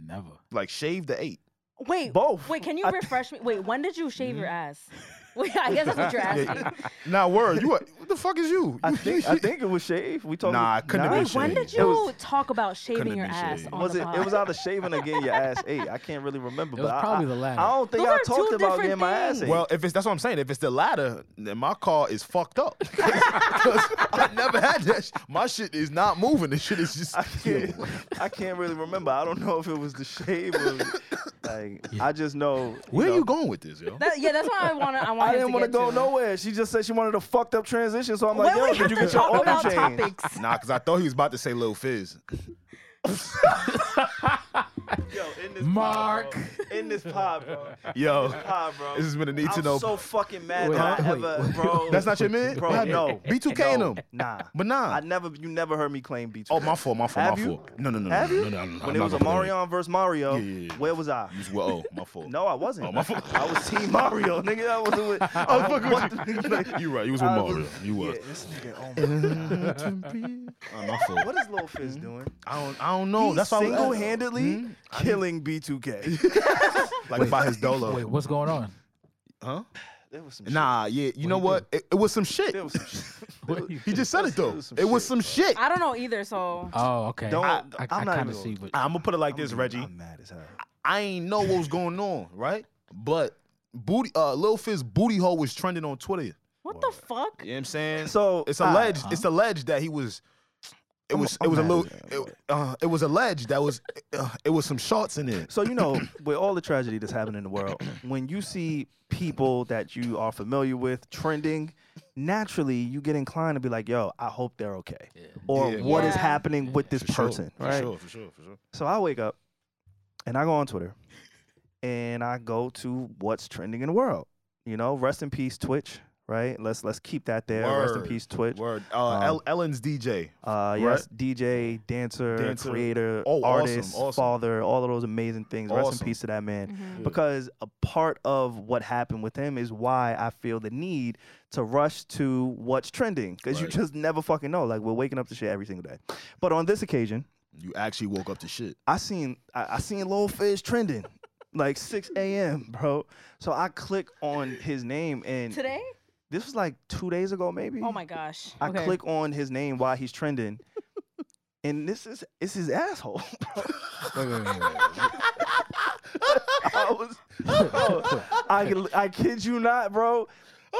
Never. Like shave the <laughs> eight. Wait, Both. Wait, <laughs> can you I- refresh me? Wait, when did you shave your Mm-hmm. ass? <laughs> Wait, I guess that's what <laughs> you're asking. Now, word, you a- what the fuck is you? I think I think it was shave. We talking. Nah, it couldn't have been Wait, when did shaved. It you was- talk about shaving Couldn't your have been ass shaved. on was the it? pod? It was either shaving or getting your ass ate. I can't really remember. It was but I- probably I, the latter. I don't think Those I are two talked about different getting my ass ate. things. Well, if it's that's what I'm saying. If it's the latter, then my car is fucked up. <laughs> 'Cause I never had that. sh- My shit is not moving. This shit is just. I <laughs> can't. I can't really remember. I don't know if it was the shave <laughs> or like. I just know. Where know, you going with this, yo? That- yeah, that's why I want to. I want. I didn't want to go to. nowhere. She just said she wanted a fucked up transition, so I'm like, when yo, we have did you to get your talk oil about changed? topics. Nah, because I thought he was about to say Lil Fizz. Yo, in this Mark. pod, bro. in this pod, bro. <laughs> Yo, Pod, bro. this has been oh. a need to I'm know. so fucking mad Wait, that I huh? ever, Wait, bro. that's not your minute, bro. No, B2K no, in him. Nah, But nah. I never. You never heard me claim B2K. Oh, my fault, my Have fault, my you? fault. No, no, no, no, Have no, you? no, no, no, when I'm it not was a gonna play Marion versus Mario, Yeah, yeah, yeah. where was I? You- Well, oh, my fault. No, I wasn't. Oh, my fault. I was Team <laughs> Mario, nigga. I was with. I was you right. You was with I Mario. <laughs> You Yeah, was. this <laughs> nigga. Oh my God. Oh, my fault. what is Lil Fizz doing? I don't. I don't He's know. Mm-hmm. Oh, That's why I was- Mm-hmm. single-handedly killing <laughs> B2K. like about his dolo. Wait, what's going on? huh? there was some Nah, yeah. You know what? It, it was some shit. shit. There was some shit. What you- He just said it though. was some It was shit, some shit. I don't know either. So Oh, okay. Don't. I, I, I, am not kind even of see, gonna- but I'm gonna put it like this, I'm- Reggie. I'm mad as hell. I ain't know what was going on, right? But booty, uh, Lil Fizz booty hole was trending on Twitter. You what the fuck? know what I'm saying? So it's all right, alleged. It's alleged that he was. It I'm- was. I'm it was a mad little. as hell, It, uh, it was alleged that was. Uh, it was some shots in it. So you <coughs> know, with all the tragedy that's happening in the world, when you see people that you are familiar with trending, naturally you get inclined to be like, "Yo, I hope they're okay," or Yeah. "What is Yeah. happening with this person?" For right? sure. For sure. For sure. So I wake up and I go on Twitter and I go to what's trending in the world. You know, rest in peace, Twitch. Right? Let's let's keep that there. Rest in Word. peace, Twitch. Word. Uh, Um, El- Ellen's DJ. Uh, Right. yes, DJ, dancer, Dancer. creator, Oh, awesome, artist, awesome. father, all of those amazing things. Rest Awesome. in peace to that man. Mhm. Because a part of what happened with him is why I feel the need to rush to what's trending. Because you Right. just never fucking know. Like, we're waking up to shit every single day. But on this occasion, You actually woke up to shit. <laughs> I seen I, I seen Lil Fizz trending like 6 a.m., bro. So I click on his name and Today? this was like two days ago, maybe. Oh my gosh. Mm-hmm. I Okay. click on his name while he's trending. And this is it's his asshole. <laughs> bro. Wait, wait, wait, wait. I was, bro, I I kid you not, bro. What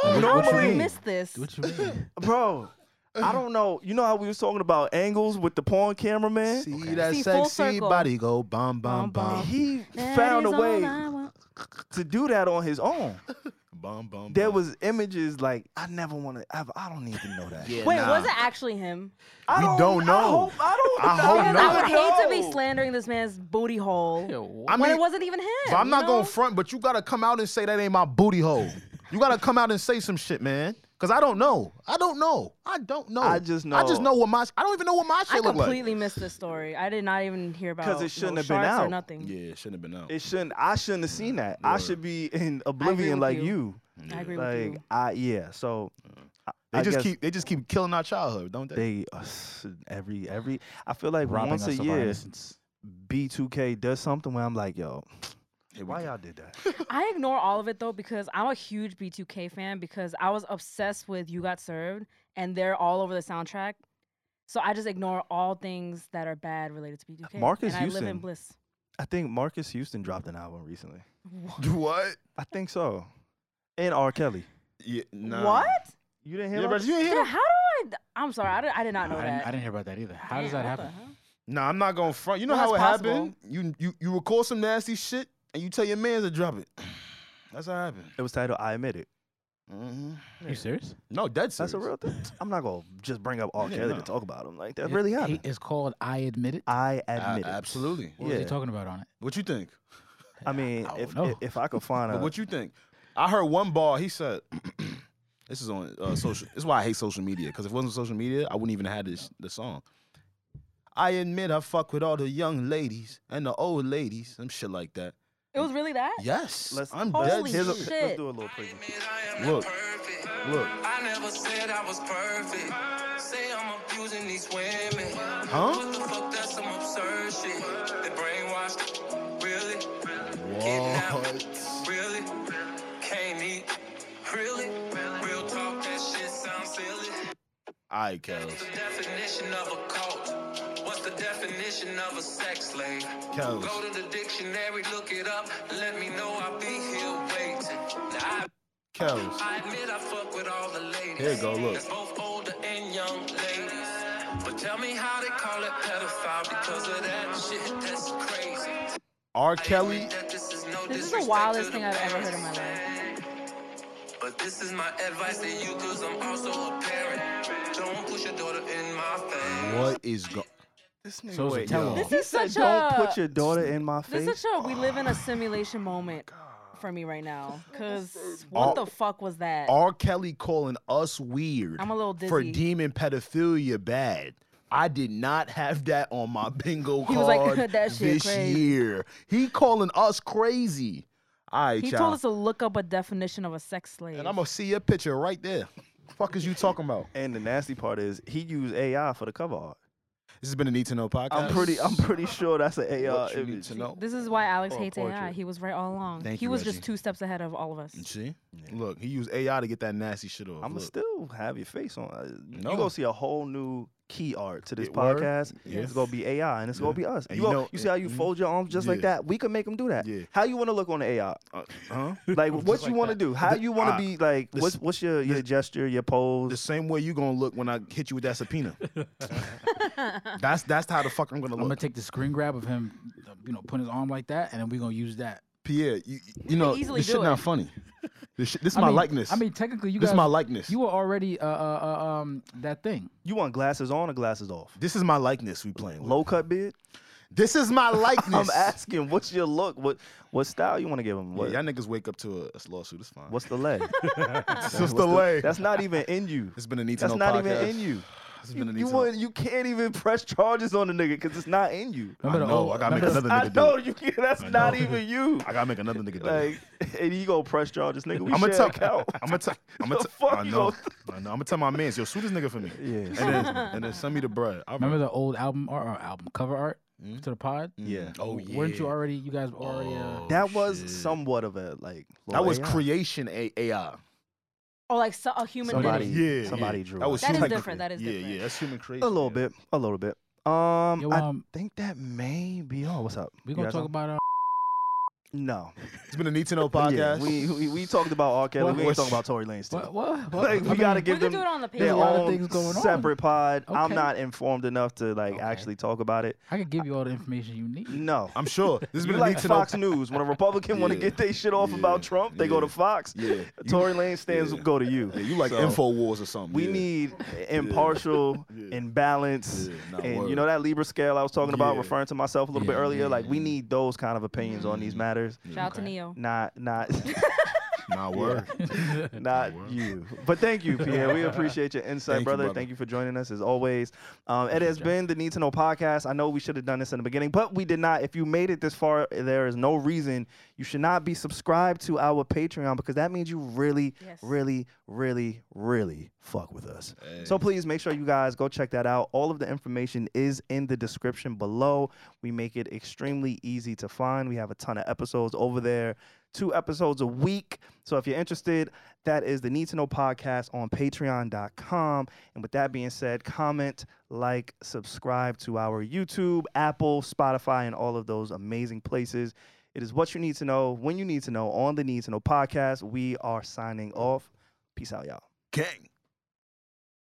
you I mean? Normally, missed this. What you mean? bro, I don't know. You know how we was talking about angles with the porn cameraman? See that See, full sexy circle. body go bum bum Bum, <laughs> bum. He That found a is all way I want. to do that on his own. Bum bum. there bum. was images like I never want to. I, I don't need to know that. Yeah, Wait, nah. was it actually him? I We don't I know. hope. I don't. I hope Because no. I would hate to be know. slandering this man's booty hole Yo, what? I when mean, it wasn't even him. if I'm you not know? going front, but you gotta come out and say that ain't my booty hole. you gotta come out and say some shit, man. Cause I don't know. I don't know. I don't know. I just I just know- know what my. I don't even know what my I shit look like. completely missed this story. I did not even hear about 'Cause it no shouldn't have been sharks out. or nothing. Yeah, it shouldn't have been out. It shouldn't. I shouldn't have seen that. I should be in oblivion with like you. you. I agree with Like you. I yeah. So I- Mm. They I just guess keep. They just keep killing our childhood, don't they? they us, every every. I feel <laughs> like Robbing once us a of our year, innocence. B2K does something where I'm like, yo, why y'all did that? I ignore all of it though because I'm a huge B2K fan because I was obsessed with You Got Served and they're all over the soundtrack. So I just ignore all things that are bad related to B2K. Marcus and I live Houston. in bliss. I think Marcus Houston dropped an album recently. <laughs> What? I think so. And R. Kelly. Yeah, nah. What? You didn't hear Yeah, about bro, you ain't hear Yeah, them? how do I? I'm sorry, I did, I did not know I that. didn't, I didn't hear about that either. How does that Damn, what the happen? hell? Nah, I'm not going front. You know Well, how that's it happened? You you you record some nasty shit and you tell your man to drop it. <sighs> That's how it happened. It was titled I Admit It. Mm-hmm. you serious? No, dead serious. That's a real thing. I'm not gonna just bring up R. Yeah, Kelly no. to talk about him. Like that It- really he- happened. It's called I Admit It. I A- admit it. absolutely. what was he yeah. talking about on it? What you think? I mean, I don't if, know. if if I could find But a what you think? I heard one bar. He said, <clears throat> "This is on uh, social. This is why I hate social media. Because if it wasn't social media, I wouldn't even have this the song." I admit I fuck with all the young ladies and the old ladies, some shit like that. It was really that? Yes, Let's- I'm Holy dead. here's a, serious. let's shit. do a little preview. Look, Look. I never said I was perfect. Say I'm abusing these women. Huh? What the fuck? That's some absurd shit. They brainwashed. Really? Kidnapped. Really? Can't eat. Really? Real talk. That shit sounds silly. I Kel, What's the definition of a cult? What's the definition of a sex slave? Kels. Go to the dictionary, look it up. Let me know I'll be here waiting. Now, I Kels. I admit I fuck with all the ladies. Here you go, look. That's both older and young ladies. But tell me how they call it pedophile because of that shit. That's crazy. R. I Kelly. admit that This is, no This is the disrespect wildest to thing I've ever parents. heard in my life. But this is my advice to you because I'm also a parent. Don't push your daughter in my face. What is go? This So it's a tell-all. This He is said, such "Don't a put your daughter in my this face." is such a we live in Oh a simulation moment for me right now. Cause what the fuck was that? R. Kelly calling us weird I'm a little for dizzy. demon pedophilia bad. I did not have that on my <laughs> bingo He card was like, "That shit this crazy." year. He calling us crazy. All right, He y'all. told us to look up a definition of a sex slave. and I'm gonna see your picture right there. Fuck is you talking about? And the nasty part is he used AI for the cover art. This has been a Need to Know podcast. I'm pretty, I'm <laughs> pretty sure that's an AI What you need image. to know. This is why Alex Or a hates AI. portrait. He was right all along. Thank he you, was Reggie. just two steps ahead of all of us. See, look, he used AI to get that nasty shit off. I'm gonna Look. still have your face on. Uh, No. You gonna see a whole new key art to this Yeah, word. podcast. Yeah. It's gonna be AI and it's gonna be us. And you, you go- know- you see how you Mhm. fold your arms just like Yeah. that? We could make them do that. Yeah. How you wanna look on the AI? <laughs> Uh, huh? Like what Just you like wanna that. do? How you wanna uh, be? Like this- what's what's your your gesture, your pose? The same way you gonna look when I hit you with that subpoena. that's that's how the fuck I'm gonna I'm gonna look. take the screen grab of him, uh, you know, putting his arm like that, and then we're gonna use that. Pierre, you, you know easily this do shit not it. <laughs> funny. This, shit, this is I my mean- likeness. I mean, technically, you this guys, is my likeness. you were already uh, uh, uh, um that thing. you want glasses on or glasses off? this is my likeness we playing. with. <laughs> Low cut beard. This is my <laughs> likeness. I'm asking, what's your look? What what style you want to give him? Yeah, What, y'all niggas wake up to a, a lawsuit. It's fine. What's the <laughs> lay? It's just the lay. That's not even in you. It's been a need to That's know not podcast. even in you. It's You, been a need you to know. wouldn't. You can't even press charges on the nigga because it's not in you. I Remember the know. old- I gotta make remember another I nigga do know it. you can't. That's I not know. even you. I gotta make another nigga do it. Like, <laughs> and you gonna press charges, nigga? <laughs> We I'm gonna share tell. account. I'm gonna tell. I'm gonna The fuck tell. I you know. gonna- I know. I'm gonna tell my mans, yo, sue this nigga for me. <laughs> Yeah. <laughs> And then, and then send me the bread. All Remember right. the old album art, or album cover art Mm. to the pod? Yeah. Oh yeah. Weren't you already? You guys were already. Oh, Uh, That was shit. somewhat of a like. That was AI. creation A- AI. <laughs> Or like so, a human. Somebody, being. Yeah, yeah. somebody drew. That was it. That is human different, that is yeah, different. Yeah, that's human creation. a little bit, a little bit. Oh. Um, yo, uh, I um, think that may be all. What's up? we You gonna guys talk on? about uh, <laughs> no It's been a need to know <laughs> Yeah, podcast. we, we we talked about R. Kelly. What- we ain't what's- talking about Tory Lanez. Too. <laughs> what? What? what? Like, I we mean, gotta We give can do it them on the their a Patreon. lot of own things going on. separate pod. I'm Okay. not informed enough to like Okay. actually talk about it. I could give you all the information you need. No. I'm sure. This <laughs> has You been a like need to know. Fox News. When a Republican want to <laughs> Yeah. get their shit off Yeah. about Trump, they go to Yeah. Fox. <laughs> Yeah. Tory Lane stands Yeah. go to you. Yeah, you like So, info wars or something. We <laughs> yeah. need impartial Yeah. and balance. Yeah, nah, and word. you know that Libra scale I was talking about, Yeah. Mm. referring to myself a little bit Yeah, earlier. yeah, like we need those kind of opinions on these matters. Shout out to Neo. Not <laughs> not <laughs> Nah, word. not you. But thank you, Pierre. <laughs> We appreciate your insight, Thank you, brother. brother. Thank you for joining us as always. Um, it has been the Need to Know podcast. I know we should have done this in the beginning, but we did not. If you made it this far, there is no reason you should not be subscribed to our Patreon because that means you really, Yes. really, really, really fuck with us. <laughs> So please make sure you guys go check that out. All of the information is in the description below. We make it extremely easy to find. We have a ton of episodes over there, two episodes a week. So if you're interested, that is the Need to Know podcast on patreon.com. And with that being said, comment, like, subscribe to our YouTube, Apple, Spotify, and all of those amazing places. It is what you need to know when you need to know on the Need to Know podcast. We are signing off. Peace out, y'all. Gang.